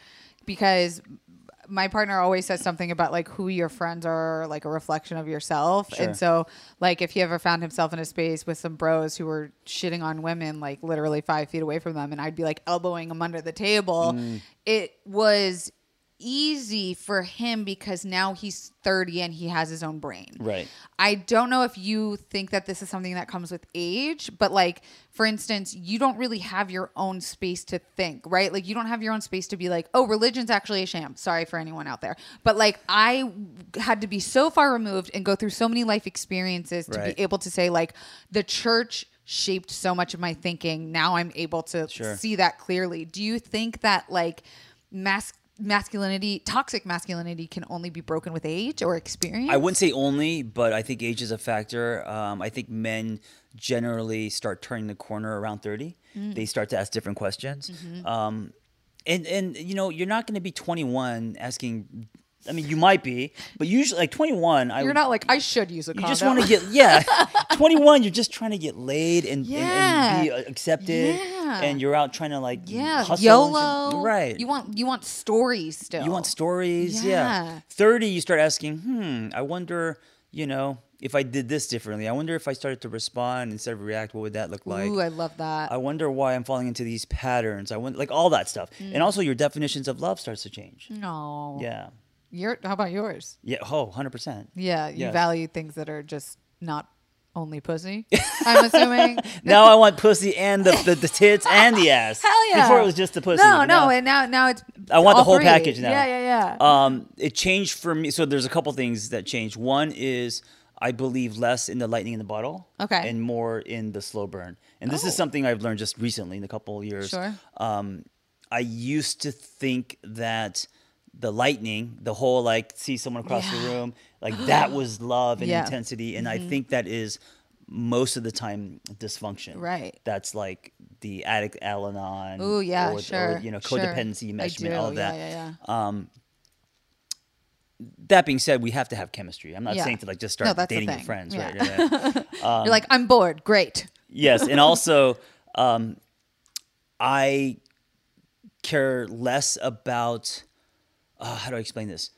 [SPEAKER 2] because my partner always says something about like who your friends are like a reflection of yourself
[SPEAKER 1] Sure.
[SPEAKER 2] and so like if he ever found himself in a space with some bros who were shitting on women like literally five feet away from them and i'd be like elbowing them under the table
[SPEAKER 1] Mm.
[SPEAKER 2] it was easy for him because now he's 30 and he has his own brain
[SPEAKER 1] Right.
[SPEAKER 2] I don't know if you think that this is something that comes with age, but like, for instance, you don't really have your own space to think, right? Like, you don't have your own space to be like, oh, religion's actually a sham. Sorry for anyone out there. But like, I had to be so far removed and go through so many life experiences to
[SPEAKER 1] Right.
[SPEAKER 2] be able to say, like, the church shaped so much of my thinking. Now I'm able to
[SPEAKER 1] Sure.
[SPEAKER 2] see that clearly. Do you think that like mas- masculinity, toxic masculinity, can only be broken with age or experience?
[SPEAKER 1] I wouldn't say only, but I think age is a factor. Um, I think men generally start turning the corner around 30.
[SPEAKER 2] Mm.
[SPEAKER 1] They start to ask different questions.
[SPEAKER 2] Mm-hmm.
[SPEAKER 1] Um, and, and, you know, you're not going to be 21 asking, I mean, you might be, but usually like 21, I
[SPEAKER 2] You're
[SPEAKER 1] would-
[SPEAKER 2] not like I should use a
[SPEAKER 1] you
[SPEAKER 2] condom.
[SPEAKER 1] just want to get, yeah, 21, you're just trying to get laid and, and,
[SPEAKER 2] Yeah.
[SPEAKER 1] and be uh, accepted.
[SPEAKER 2] Yeah.
[SPEAKER 1] And you're out trying to like
[SPEAKER 2] yeah,
[SPEAKER 1] hustle and shit.
[SPEAKER 2] YOLO.
[SPEAKER 1] Right.
[SPEAKER 2] You want you want stories still.
[SPEAKER 1] You want stories, yeah.
[SPEAKER 2] Yeah.
[SPEAKER 1] Thirty, you start asking, hmm, I wonder, you know, if I did this differently. I wonder if I started to respond instead of react, what would that look like?
[SPEAKER 2] Ooh, I love that.
[SPEAKER 1] I wonder why I'm falling into these patterns. I want like all that stuff,
[SPEAKER 2] Mm.
[SPEAKER 1] and also your definitions of love starts to change.
[SPEAKER 2] no.
[SPEAKER 1] Yeah,
[SPEAKER 2] Your how about yours?
[SPEAKER 1] yeah, oh, 100 percent.
[SPEAKER 2] Yeah, you
[SPEAKER 1] Yes.
[SPEAKER 2] value things that are just not only pussy. I'm assuming.
[SPEAKER 1] Now I want pussy and the, the, the tits and the ass.
[SPEAKER 2] Hell yeah.
[SPEAKER 1] Before it was just the pussy.
[SPEAKER 2] No,
[SPEAKER 1] but
[SPEAKER 2] no,
[SPEAKER 1] now-
[SPEAKER 2] and now now it's
[SPEAKER 1] I want the
[SPEAKER 2] all
[SPEAKER 1] whole
[SPEAKER 2] three.
[SPEAKER 1] package now. Uh,
[SPEAKER 2] Yeah, yeah, yeah.
[SPEAKER 1] Um, it changed for me. So there's a couple things that changed. One is I believe less in the lightning in the bottle,
[SPEAKER 2] Okay.
[SPEAKER 1] and more in the slow burn. And this
[SPEAKER 2] Oh.
[SPEAKER 1] is something I've learned just recently in a couple of years.
[SPEAKER 2] Sure.
[SPEAKER 1] Um, I used to think that the lightning, the whole like see someone across the room, like that was love and
[SPEAKER 2] Yeah. Mm-hmm.
[SPEAKER 1] intensity, and I think that is most of the time dysfunction.
[SPEAKER 2] Right.
[SPEAKER 1] That's like the addict Al-Anon.
[SPEAKER 2] Ooh, yeah,
[SPEAKER 1] or, or,
[SPEAKER 2] sure.
[SPEAKER 1] you know,
[SPEAKER 2] sure.
[SPEAKER 1] codependency
[SPEAKER 2] I
[SPEAKER 1] measurement,
[SPEAKER 2] do,
[SPEAKER 1] all of that.
[SPEAKER 2] Yeah, yeah, yeah.
[SPEAKER 1] That being said, we have to have chemistry. I'm not
[SPEAKER 2] Yeah.
[SPEAKER 1] saying to like just
[SPEAKER 2] No,
[SPEAKER 1] start
[SPEAKER 2] that's the
[SPEAKER 1] dating your
[SPEAKER 2] thing.
[SPEAKER 1] friends,
[SPEAKER 2] Yeah.
[SPEAKER 1] right? Yeah, yeah. Um,
[SPEAKER 2] You're like, I'm bored. Great.
[SPEAKER 1] Yes, and also, um, I care less about. Uh, how do I explain this?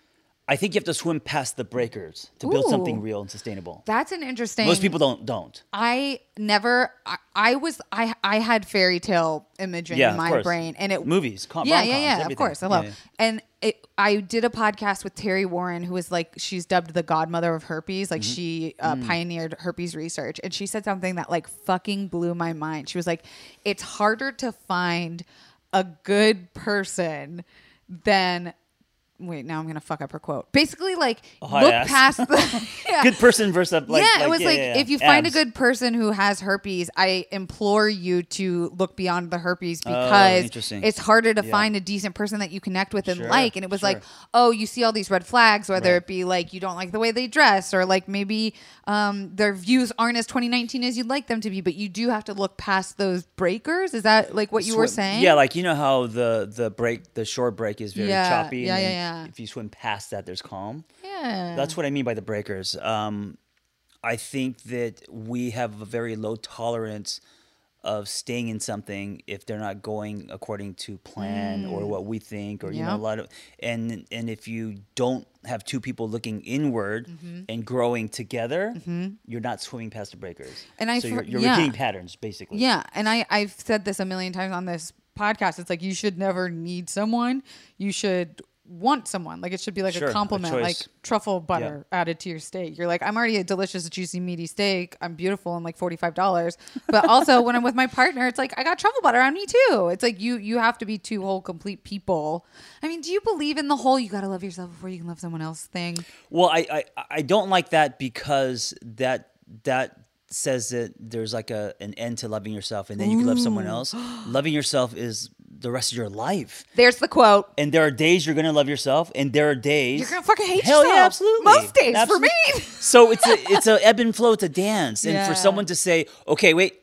[SPEAKER 1] I think you have to swim past the breakers to build
[SPEAKER 2] Ooh.
[SPEAKER 1] something real and sustainable.
[SPEAKER 2] That's an interesting.
[SPEAKER 1] Most people don't don't.
[SPEAKER 2] I never. I, I was. I I had fairy tale imaging
[SPEAKER 1] Yeah,
[SPEAKER 2] in
[SPEAKER 1] of
[SPEAKER 2] my
[SPEAKER 1] course.
[SPEAKER 2] brain, and it
[SPEAKER 1] Movies, com-
[SPEAKER 2] yeah, yeah,
[SPEAKER 1] rom-coms,
[SPEAKER 2] yeah. Of
[SPEAKER 1] everything.
[SPEAKER 2] course, I love.
[SPEAKER 1] Yeah, yeah.
[SPEAKER 2] And it, I did a podcast with Terry Warren, who is like she's dubbed the godmother of herpes. Like
[SPEAKER 1] Mm-hmm.
[SPEAKER 2] she uh,
[SPEAKER 1] Mm.
[SPEAKER 2] pioneered herpes research, and she said something that like fucking blew my mind. She was like, "It's harder to find a good person than." Wait, now I'm gonna fuck up her quote. Basically, like
[SPEAKER 1] hot
[SPEAKER 2] look
[SPEAKER 1] ass.
[SPEAKER 2] past the yeah
[SPEAKER 1] Good person versus like
[SPEAKER 2] yeah, it was like
[SPEAKER 1] yeah, yeah.
[SPEAKER 2] if you find
[SPEAKER 1] Abs.
[SPEAKER 2] a good person who has herpes, I implore you to look beyond the herpes because
[SPEAKER 1] Oh, interesting.
[SPEAKER 2] it's harder to
[SPEAKER 1] Yeah.
[SPEAKER 2] find a decent person that you connect with and
[SPEAKER 1] Sure,
[SPEAKER 2] like. And it was like,
[SPEAKER 1] sure.
[SPEAKER 2] oh, you see all these red flags, whether
[SPEAKER 1] Right.
[SPEAKER 2] it be like you don't like the way they dress, or like maybe um, their views aren't as 2019 as you'd like them to be, but you do have to look past those breakers. Is that like what you were
[SPEAKER 1] swim-
[SPEAKER 2] saying?
[SPEAKER 1] Yeah, like you know how the the break the shore break is very
[SPEAKER 2] Yeah,
[SPEAKER 1] choppy. and
[SPEAKER 2] yeah,
[SPEAKER 1] then
[SPEAKER 2] yeah, yeah.
[SPEAKER 1] If you swim past that, there's calm.
[SPEAKER 2] Yeah.
[SPEAKER 1] That's what I mean by the breakers. Um, I think that we have a very low tolerance of staying in something if they're not going according to plan or what we think or you know
[SPEAKER 2] Mm. Yeah.
[SPEAKER 1] a lot of and and if you don't have two people looking inward
[SPEAKER 2] Mm-hmm.
[SPEAKER 1] and growing together you're not swimming past the breakers
[SPEAKER 2] And I
[SPEAKER 1] so
[SPEAKER 2] fr-
[SPEAKER 1] you're, you're
[SPEAKER 2] yeah.
[SPEAKER 1] repeating patterns basically
[SPEAKER 2] Yeah, and I I've said this a million times on this podcast. It's like you should never need someone. You should want someone. Like it should be like
[SPEAKER 1] Sure,
[SPEAKER 2] a
[SPEAKER 1] a
[SPEAKER 2] compliment,
[SPEAKER 1] choice.
[SPEAKER 2] like truffle butter added to your steak. You're like, I'm already a delicious, juicy, meaty steak. I'm beautiful and like forty five dollars. But also when I'm with my partner, it's like I got truffle butter on me too. It's like you you have to be two whole, complete people. I mean, do you believe in the whole you gotta love yourself before you can love someone else thing?
[SPEAKER 1] Well, I, I I don't like that because that that says that there's like a an end to loving yourself, and then you can love someone else. loving yourself is the rest of your life,
[SPEAKER 2] There's the quote.
[SPEAKER 1] and there are days you're gonna love yourself, and there are days
[SPEAKER 2] You're gonna fucking hate
[SPEAKER 1] Hell
[SPEAKER 2] yourself.
[SPEAKER 1] yeah, absolutely.
[SPEAKER 2] Most days
[SPEAKER 1] Absolutely.
[SPEAKER 2] for me.
[SPEAKER 1] So it's a it's a ebb and flow. It's a dance, and
[SPEAKER 2] Yeah.
[SPEAKER 1] for someone to say, okay, wait.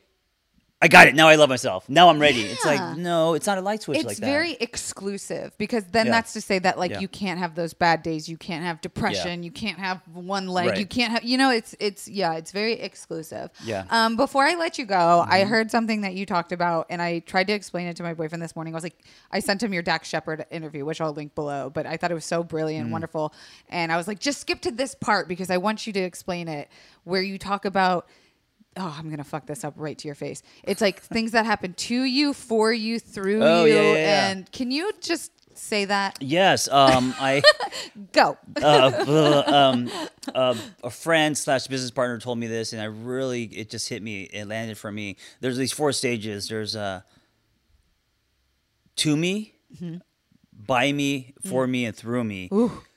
[SPEAKER 1] I got it. Now I love myself. Now I'm ready. It's
[SPEAKER 2] Yeah.
[SPEAKER 1] like no, it's not a light switch
[SPEAKER 2] it's
[SPEAKER 1] like that.
[SPEAKER 2] very exclusive because then
[SPEAKER 1] Yeah.
[SPEAKER 2] that's to say that like
[SPEAKER 1] Yeah.
[SPEAKER 2] you can't have those bad days you can't have depression you can't have one leg
[SPEAKER 1] Right.
[SPEAKER 2] you can't have you know it's it's yeah it's very exclusive
[SPEAKER 1] Yeah. Mm-hmm.
[SPEAKER 2] um before i let you go i heard something that you talked about and i tried to explain it to my boyfriend this morning i was like i sent him your dax shepard interview which i'll link below but i thought it was so brilliant
[SPEAKER 1] Mm.
[SPEAKER 2] wonderful and i was like just skip to this part because i want you to explain it where you talk about oh, I'm gonna fuck this up right to your face. It's like things that happen to you, for you, through
[SPEAKER 1] Oh,
[SPEAKER 2] you,
[SPEAKER 1] yeah, yeah, yeah.
[SPEAKER 2] and can you just say that?
[SPEAKER 1] yes. Um, I
[SPEAKER 2] Go.
[SPEAKER 1] uh, um, uh, a friend slash business partner told me this, and I really it just hit me. It landed for me. There's these four stages. There's uh, to me, by me, for me, and through me.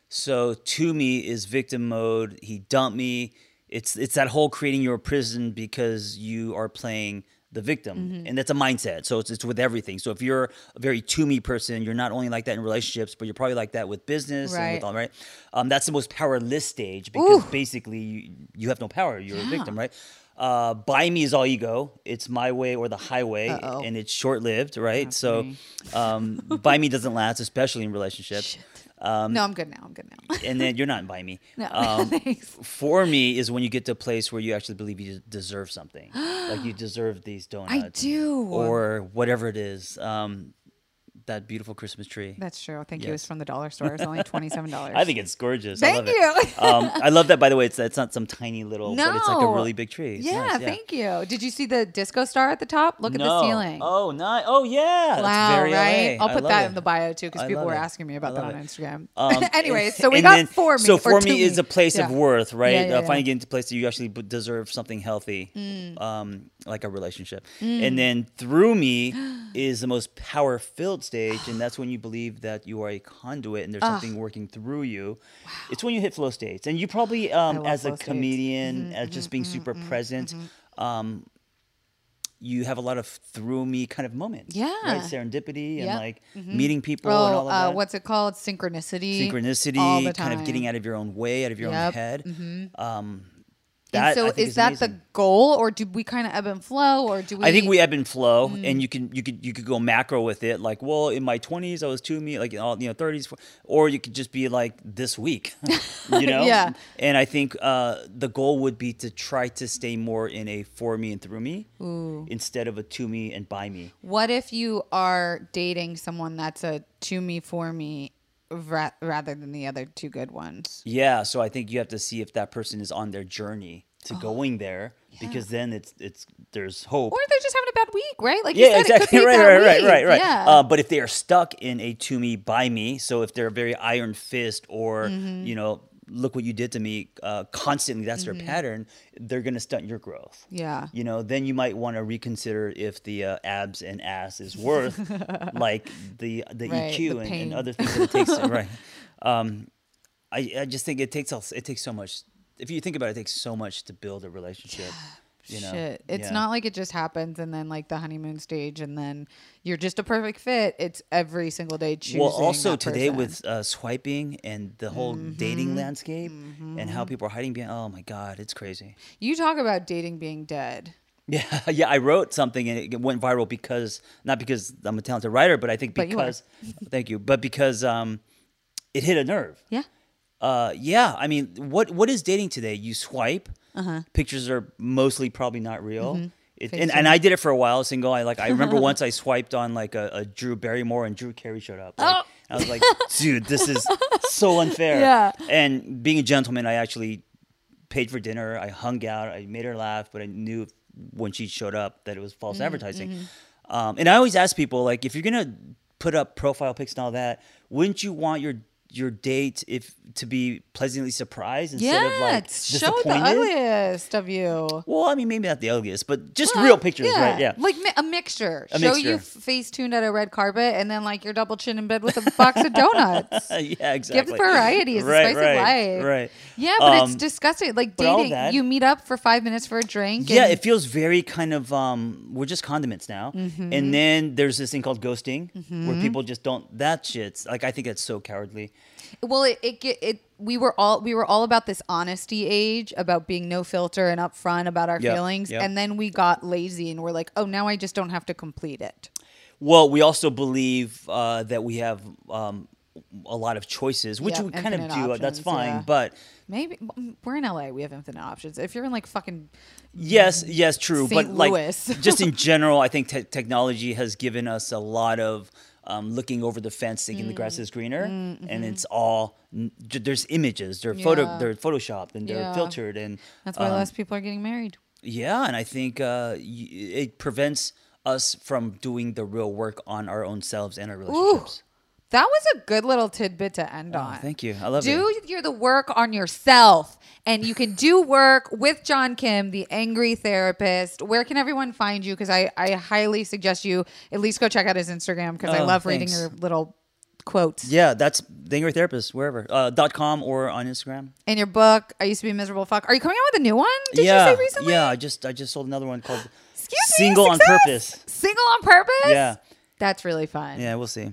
[SPEAKER 1] So to me is victim mode. He dumped me. It's it's that whole creating your prison because you are playing the victim, and that's a mindset. So it's it's with everything. So if you're a very to me person, you're not only like that in relationships, but you're probably like that with business and
[SPEAKER 2] Right.
[SPEAKER 1] with all right. Um, that's the most powerless stage because basically you, you have no power. You're a victim, right? Uh, by me is all ego. It's my way or the highway,
[SPEAKER 2] Uh-oh.
[SPEAKER 1] and it's short lived, right? so, um, by me doesn't last, especially in relationships
[SPEAKER 2] no, I'm good now. I'm good now.
[SPEAKER 1] and then you're not by me.
[SPEAKER 2] No,
[SPEAKER 1] Um,
[SPEAKER 2] thanks.
[SPEAKER 1] for me is when you get to a place where you actually believe you deserve something, like you deserve these donuts.
[SPEAKER 2] I do.
[SPEAKER 1] uh, or whatever it is. Um, that beautiful Christmas tree.
[SPEAKER 2] That's true. Thank you. It was
[SPEAKER 1] Yes.
[SPEAKER 2] from the dollar store. It was only twenty seven dollars.
[SPEAKER 1] I think it's gorgeous. I
[SPEAKER 2] Thank
[SPEAKER 1] love it. um, I love that. By the way, it's it's not some tiny little, but it's like a
[SPEAKER 2] No.
[SPEAKER 1] really big tree. It's
[SPEAKER 2] Yeah,
[SPEAKER 1] nice,
[SPEAKER 2] Thank you. Did you see the disco star at the top? Look at
[SPEAKER 1] No.
[SPEAKER 2] the ceiling.
[SPEAKER 1] Oh, nice. Oh, yeah.
[SPEAKER 2] Wow,
[SPEAKER 1] That's very
[SPEAKER 2] right?
[SPEAKER 1] LA.
[SPEAKER 2] I'll
[SPEAKER 1] I
[SPEAKER 2] put
[SPEAKER 1] love
[SPEAKER 2] that
[SPEAKER 1] it.
[SPEAKER 2] in the bio too because
[SPEAKER 1] I
[SPEAKER 2] people
[SPEAKER 1] love
[SPEAKER 2] were
[SPEAKER 1] it.
[SPEAKER 2] asking me
[SPEAKER 1] I
[SPEAKER 2] about that
[SPEAKER 1] love
[SPEAKER 2] on
[SPEAKER 1] it.
[SPEAKER 2] Instagram.
[SPEAKER 1] Um,
[SPEAKER 2] anyway,
[SPEAKER 1] and-
[SPEAKER 2] so we
[SPEAKER 1] and
[SPEAKER 2] got
[SPEAKER 1] then-
[SPEAKER 2] for me.
[SPEAKER 1] So for
[SPEAKER 2] or
[SPEAKER 1] me
[SPEAKER 2] to
[SPEAKER 1] is a place of
[SPEAKER 2] Yeah.
[SPEAKER 1] worth, right?
[SPEAKER 2] Yeah, yeah,
[SPEAKER 1] uh,
[SPEAKER 2] yeah. Mm.
[SPEAKER 1] finally getting to a place that you actually b- deserve something healthy, um, like a relationship. And then through me is the most power filled stage, and that's when you believe that you are a conduit and there's something working through you. It's when you hit flow states, and you probably, um,
[SPEAKER 2] love
[SPEAKER 1] as
[SPEAKER 2] flow
[SPEAKER 1] a
[SPEAKER 2] states. Mm-hmm,
[SPEAKER 1] comedian, as just being super present, um, you have a lot of through me kind of moments.
[SPEAKER 2] Yeah.
[SPEAKER 1] right? serendipity and
[SPEAKER 2] Yep.
[SPEAKER 1] like meeting people and all
[SPEAKER 2] Oh,
[SPEAKER 1] of
[SPEAKER 2] uh,
[SPEAKER 1] that.
[SPEAKER 2] what's it called? Synchronicity. all the
[SPEAKER 1] synchronicity, kind of
[SPEAKER 2] time.
[SPEAKER 1] getting out of your own way, out of your own
[SPEAKER 2] Yep. Mm-hmm.
[SPEAKER 1] head. Um,
[SPEAKER 2] And
[SPEAKER 1] that,
[SPEAKER 2] so
[SPEAKER 1] I think
[SPEAKER 2] is, that
[SPEAKER 1] amazing.
[SPEAKER 2] the goal, or do we kind of ebb and flow, or do we?
[SPEAKER 1] I think we ebb and flow,
[SPEAKER 2] Mm.
[SPEAKER 1] and you can you could you could go macro with it, like well, in my twenties I was too me, like all you know thirties, or you could just be like this week, you know.
[SPEAKER 2] Yeah.
[SPEAKER 1] And I think uh, the goal would be to try to stay more in a for me and through me instead of a to me and by me.
[SPEAKER 2] What if you are dating someone that's a to me for me ra- rather than the other two good ones?
[SPEAKER 1] Yeah. So I think you have to see if that person is on their journey
[SPEAKER 2] Oh.
[SPEAKER 1] to going there, because then it's it's there's hope.
[SPEAKER 2] Or they're just having a bad week, right? Like you
[SPEAKER 1] yeah,
[SPEAKER 2] said,
[SPEAKER 1] exactly.
[SPEAKER 2] it could be
[SPEAKER 1] Right,
[SPEAKER 2] that
[SPEAKER 1] right, right,
[SPEAKER 2] week.
[SPEAKER 1] right, right.
[SPEAKER 2] Yeah.
[SPEAKER 1] Uh, but if they are stuck in a to me by me, so if they're very iron fist or
[SPEAKER 2] Mm-hmm.
[SPEAKER 1] you know, look what you did to me uh, constantly, that's their pattern. They're gonna stunt your growth.
[SPEAKER 2] yeah.
[SPEAKER 1] You know, then you might want to reconsider if the uh, abs and ass is worth like the the
[SPEAKER 2] Right,
[SPEAKER 1] EQ
[SPEAKER 2] the
[SPEAKER 1] and,
[SPEAKER 2] pain.
[SPEAKER 1] and other things that it takes. to- right. Um, I I just think it takes us- it takes so much. If you think about it, it takes so much to build a relationship. You know,
[SPEAKER 2] Shit. It's
[SPEAKER 1] Yeah.
[SPEAKER 2] not like it just happens and then like the honeymoon stage and then you're just a perfect fit. It's every single day choosing.
[SPEAKER 1] well also
[SPEAKER 2] that
[SPEAKER 1] today
[SPEAKER 2] person. Mm-hmm.
[SPEAKER 1] with uh, swiping and the whole dating landscape and how people are hiding behind oh my god it's crazy
[SPEAKER 2] you talk about dating being dead.
[SPEAKER 1] yeah yeah i wrote something and it went viral because not because i'm a talented writer but i think
[SPEAKER 2] But you are.
[SPEAKER 1] because thank you but because um it hit a nerve
[SPEAKER 2] Yeah.
[SPEAKER 1] uh yeah i mean what what is dating today you swipe uh-huh. pictures are mostly probably not real
[SPEAKER 2] Mm-hmm.
[SPEAKER 1] It,
[SPEAKER 2] Fake
[SPEAKER 1] and, and I did it for a while, single. I like. I remember once I swiped on like a, a Drew Barrymore, and Drew Carey showed up.
[SPEAKER 2] Oh.
[SPEAKER 1] Like, I was like, dude, this is so unfair.
[SPEAKER 2] Yeah.
[SPEAKER 1] And being a gentleman, I actually paid for dinner. I hung out. I made her laugh, but I knew when she showed up that it was false
[SPEAKER 2] Mm-hmm,
[SPEAKER 1] advertising. Um, and I always ask people, like, if you're gonna put up profile pics and all that, wouldn't you want your your date if to be pleasantly surprised instead
[SPEAKER 2] Yeah.
[SPEAKER 1] of like
[SPEAKER 2] show the
[SPEAKER 1] disappointed?
[SPEAKER 2] ugliest of you.
[SPEAKER 1] Well, I mean, maybe not the ugliest, but just
[SPEAKER 2] Well,
[SPEAKER 1] real pictures, right? Yeah.
[SPEAKER 2] Like mi- a mixture.
[SPEAKER 1] A
[SPEAKER 2] Show
[SPEAKER 1] mixture.
[SPEAKER 2] you face tuned at a red carpet and then like your double chin in bed with a box of donuts.
[SPEAKER 1] yeah,
[SPEAKER 2] Give
[SPEAKER 1] exactly.
[SPEAKER 2] the variety is the
[SPEAKER 1] right,
[SPEAKER 2] spice
[SPEAKER 1] right,
[SPEAKER 2] of life.
[SPEAKER 1] Right.
[SPEAKER 2] Yeah, but it's
[SPEAKER 1] Um,
[SPEAKER 2] disgusting. Like
[SPEAKER 1] but all
[SPEAKER 2] dating,
[SPEAKER 1] that-
[SPEAKER 2] you meet up for five minutes for a drink.
[SPEAKER 1] Yeah,
[SPEAKER 2] and-
[SPEAKER 1] it feels very kind of um, we're just condiments now.
[SPEAKER 2] Mm-hmm.
[SPEAKER 1] And then there's this thing called ghosting, where people just don't. That shit's like I think that's so cowardly.
[SPEAKER 2] Well, it, it ge- it we were all we were all about this honesty age about being no filter and upfront about our
[SPEAKER 1] Yep,
[SPEAKER 2] feelings,
[SPEAKER 1] yep.
[SPEAKER 2] and then we got lazy and we're like, oh, now I just don't have to complete it.
[SPEAKER 1] Well, we also believe uh, that we have um, a lot of choices, which
[SPEAKER 2] Yep,
[SPEAKER 1] we kind of do. uh,
[SPEAKER 2] infinite
[SPEAKER 1] that's
[SPEAKER 2] options,
[SPEAKER 1] fine,
[SPEAKER 2] yeah.
[SPEAKER 1] but
[SPEAKER 2] Maybe m- we're in LA, we have infinite options. If you're in like fucking
[SPEAKER 1] yes, yes, true. but
[SPEAKER 2] St.
[SPEAKER 1] like,
[SPEAKER 2] Mm-hmm. Louis.
[SPEAKER 1] just in general, I think te- technology has given us a lot of. Um, looking over the fence, thinking the
[SPEAKER 2] Mm.
[SPEAKER 1] grass is greener, and it's all n- j- there's images, they're photo,
[SPEAKER 2] Mm-hmm. Yeah.
[SPEAKER 1] they're photoshopped and they're
[SPEAKER 2] Yeah.
[SPEAKER 1] filtered, and
[SPEAKER 2] that's why
[SPEAKER 1] um,
[SPEAKER 2] less people are getting married.
[SPEAKER 1] Yeah, and I think uh, y- it prevents us from doing the real work on our own selves and our relationships.
[SPEAKER 2] That was a good little tidbit to end on.
[SPEAKER 1] Oh, Thank you. I love it.
[SPEAKER 2] do your the work on yourself and you can do work with john kim the angry therapist where can everyone find you because I, I highly suggest you at least go check out his instagram because i
[SPEAKER 1] Oh,
[SPEAKER 2] love reading
[SPEAKER 1] thanks.
[SPEAKER 2] your little quotes
[SPEAKER 1] Yeah, that's the angry therapist wherever uh, dot com or on Instagram.
[SPEAKER 2] and your book i used to be a miserable fuck are you coming out with a new one did
[SPEAKER 1] yeah,
[SPEAKER 2] you say recently
[SPEAKER 1] yeah. I just I just sold another one called
[SPEAKER 2] Excuse me,
[SPEAKER 1] Single on
[SPEAKER 2] Success?
[SPEAKER 1] Purpose.
[SPEAKER 2] single on purpose
[SPEAKER 1] Yeah,
[SPEAKER 2] that's really fun
[SPEAKER 1] yeah. We'll see.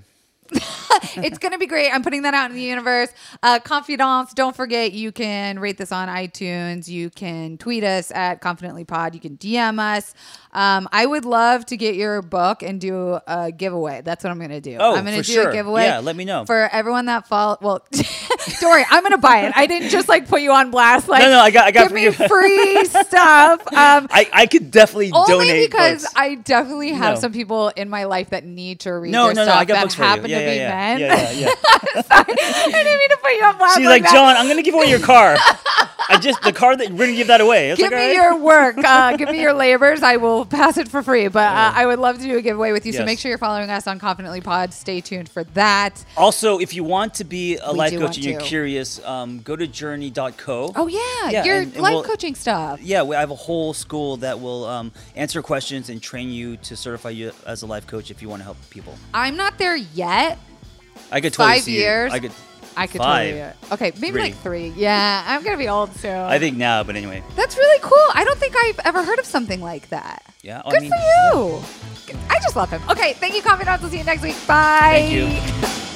[SPEAKER 2] it's gonna be great. I'm putting that out in the universe. Uh, confidants, don't forget you can rate this on iTunes. You can tweet us at Confidently Pod. You can DM us. Um, I would love to get your book and do a giveaway. That's what I'm gonna do.
[SPEAKER 1] Oh,
[SPEAKER 2] I'm gonna
[SPEAKER 1] for
[SPEAKER 2] do a
[SPEAKER 1] sure.
[SPEAKER 2] giveaway.
[SPEAKER 1] Yeah, let me know.
[SPEAKER 2] for everyone that follow. Well, don't worry, I'm gonna buy it. I didn't just like put you on blast. Like,
[SPEAKER 1] No, no, I got- I got
[SPEAKER 2] give
[SPEAKER 1] for
[SPEAKER 2] me
[SPEAKER 1] you.
[SPEAKER 2] free stuff. Um,
[SPEAKER 1] I I could definitely
[SPEAKER 2] only
[SPEAKER 1] donate
[SPEAKER 2] because
[SPEAKER 1] books.
[SPEAKER 2] I definitely have
[SPEAKER 1] No.
[SPEAKER 2] some people in my life that need to read
[SPEAKER 1] no,
[SPEAKER 2] their
[SPEAKER 1] no, no.
[SPEAKER 2] stuff
[SPEAKER 1] I got
[SPEAKER 2] that
[SPEAKER 1] books for you.
[SPEAKER 2] happen
[SPEAKER 1] Yeah,
[SPEAKER 2] to
[SPEAKER 1] yeah,
[SPEAKER 2] be
[SPEAKER 1] yeah.
[SPEAKER 2] men.
[SPEAKER 1] yeah, yeah, yeah.
[SPEAKER 2] Sorry, I didn't mean to put you on blast.
[SPEAKER 1] She's like,
[SPEAKER 2] that.
[SPEAKER 1] John, I'm gonna give away your car. I just the car that we're gonna give that away. It's
[SPEAKER 2] give
[SPEAKER 1] like, all
[SPEAKER 2] me
[SPEAKER 1] right.
[SPEAKER 2] your work. Uh, give me your labors. I will pass it for free. But uh, I would love to do a giveaway with you. So
[SPEAKER 1] Yes.
[SPEAKER 2] make sure you're following us on Confidently Pod. Stay tuned for that.
[SPEAKER 1] Also, if you want to be a
[SPEAKER 2] We
[SPEAKER 1] life
[SPEAKER 2] do
[SPEAKER 1] coach
[SPEAKER 2] want
[SPEAKER 1] and you're
[SPEAKER 2] to.
[SPEAKER 1] curious, um, go to journey.co.
[SPEAKER 2] Oh yeah,
[SPEAKER 1] Yeah,
[SPEAKER 2] your
[SPEAKER 1] and- and
[SPEAKER 2] life
[SPEAKER 1] we'll-
[SPEAKER 2] coaching stuff.
[SPEAKER 1] Yeah, we, I have a whole school that will um, answer questions and train you to certify you as a life coach if you want to help people.
[SPEAKER 2] I'm not there yet.
[SPEAKER 1] I could totally
[SPEAKER 2] Five
[SPEAKER 1] see you.
[SPEAKER 2] years?
[SPEAKER 1] I could.
[SPEAKER 2] I could
[SPEAKER 1] Five.
[SPEAKER 2] totally do it. Okay, maybe
[SPEAKER 1] Three.
[SPEAKER 2] like three. Yeah, I'm gonna be old soon.
[SPEAKER 1] I think now, but anyway.
[SPEAKER 2] that's really cool. I don't think I've ever heard of something like that.
[SPEAKER 1] Yeah. I
[SPEAKER 2] Good
[SPEAKER 1] mean,
[SPEAKER 2] for you. I just love him. Okay, thank you, Confidants. We'll see you next week. Bye.
[SPEAKER 1] Thank you.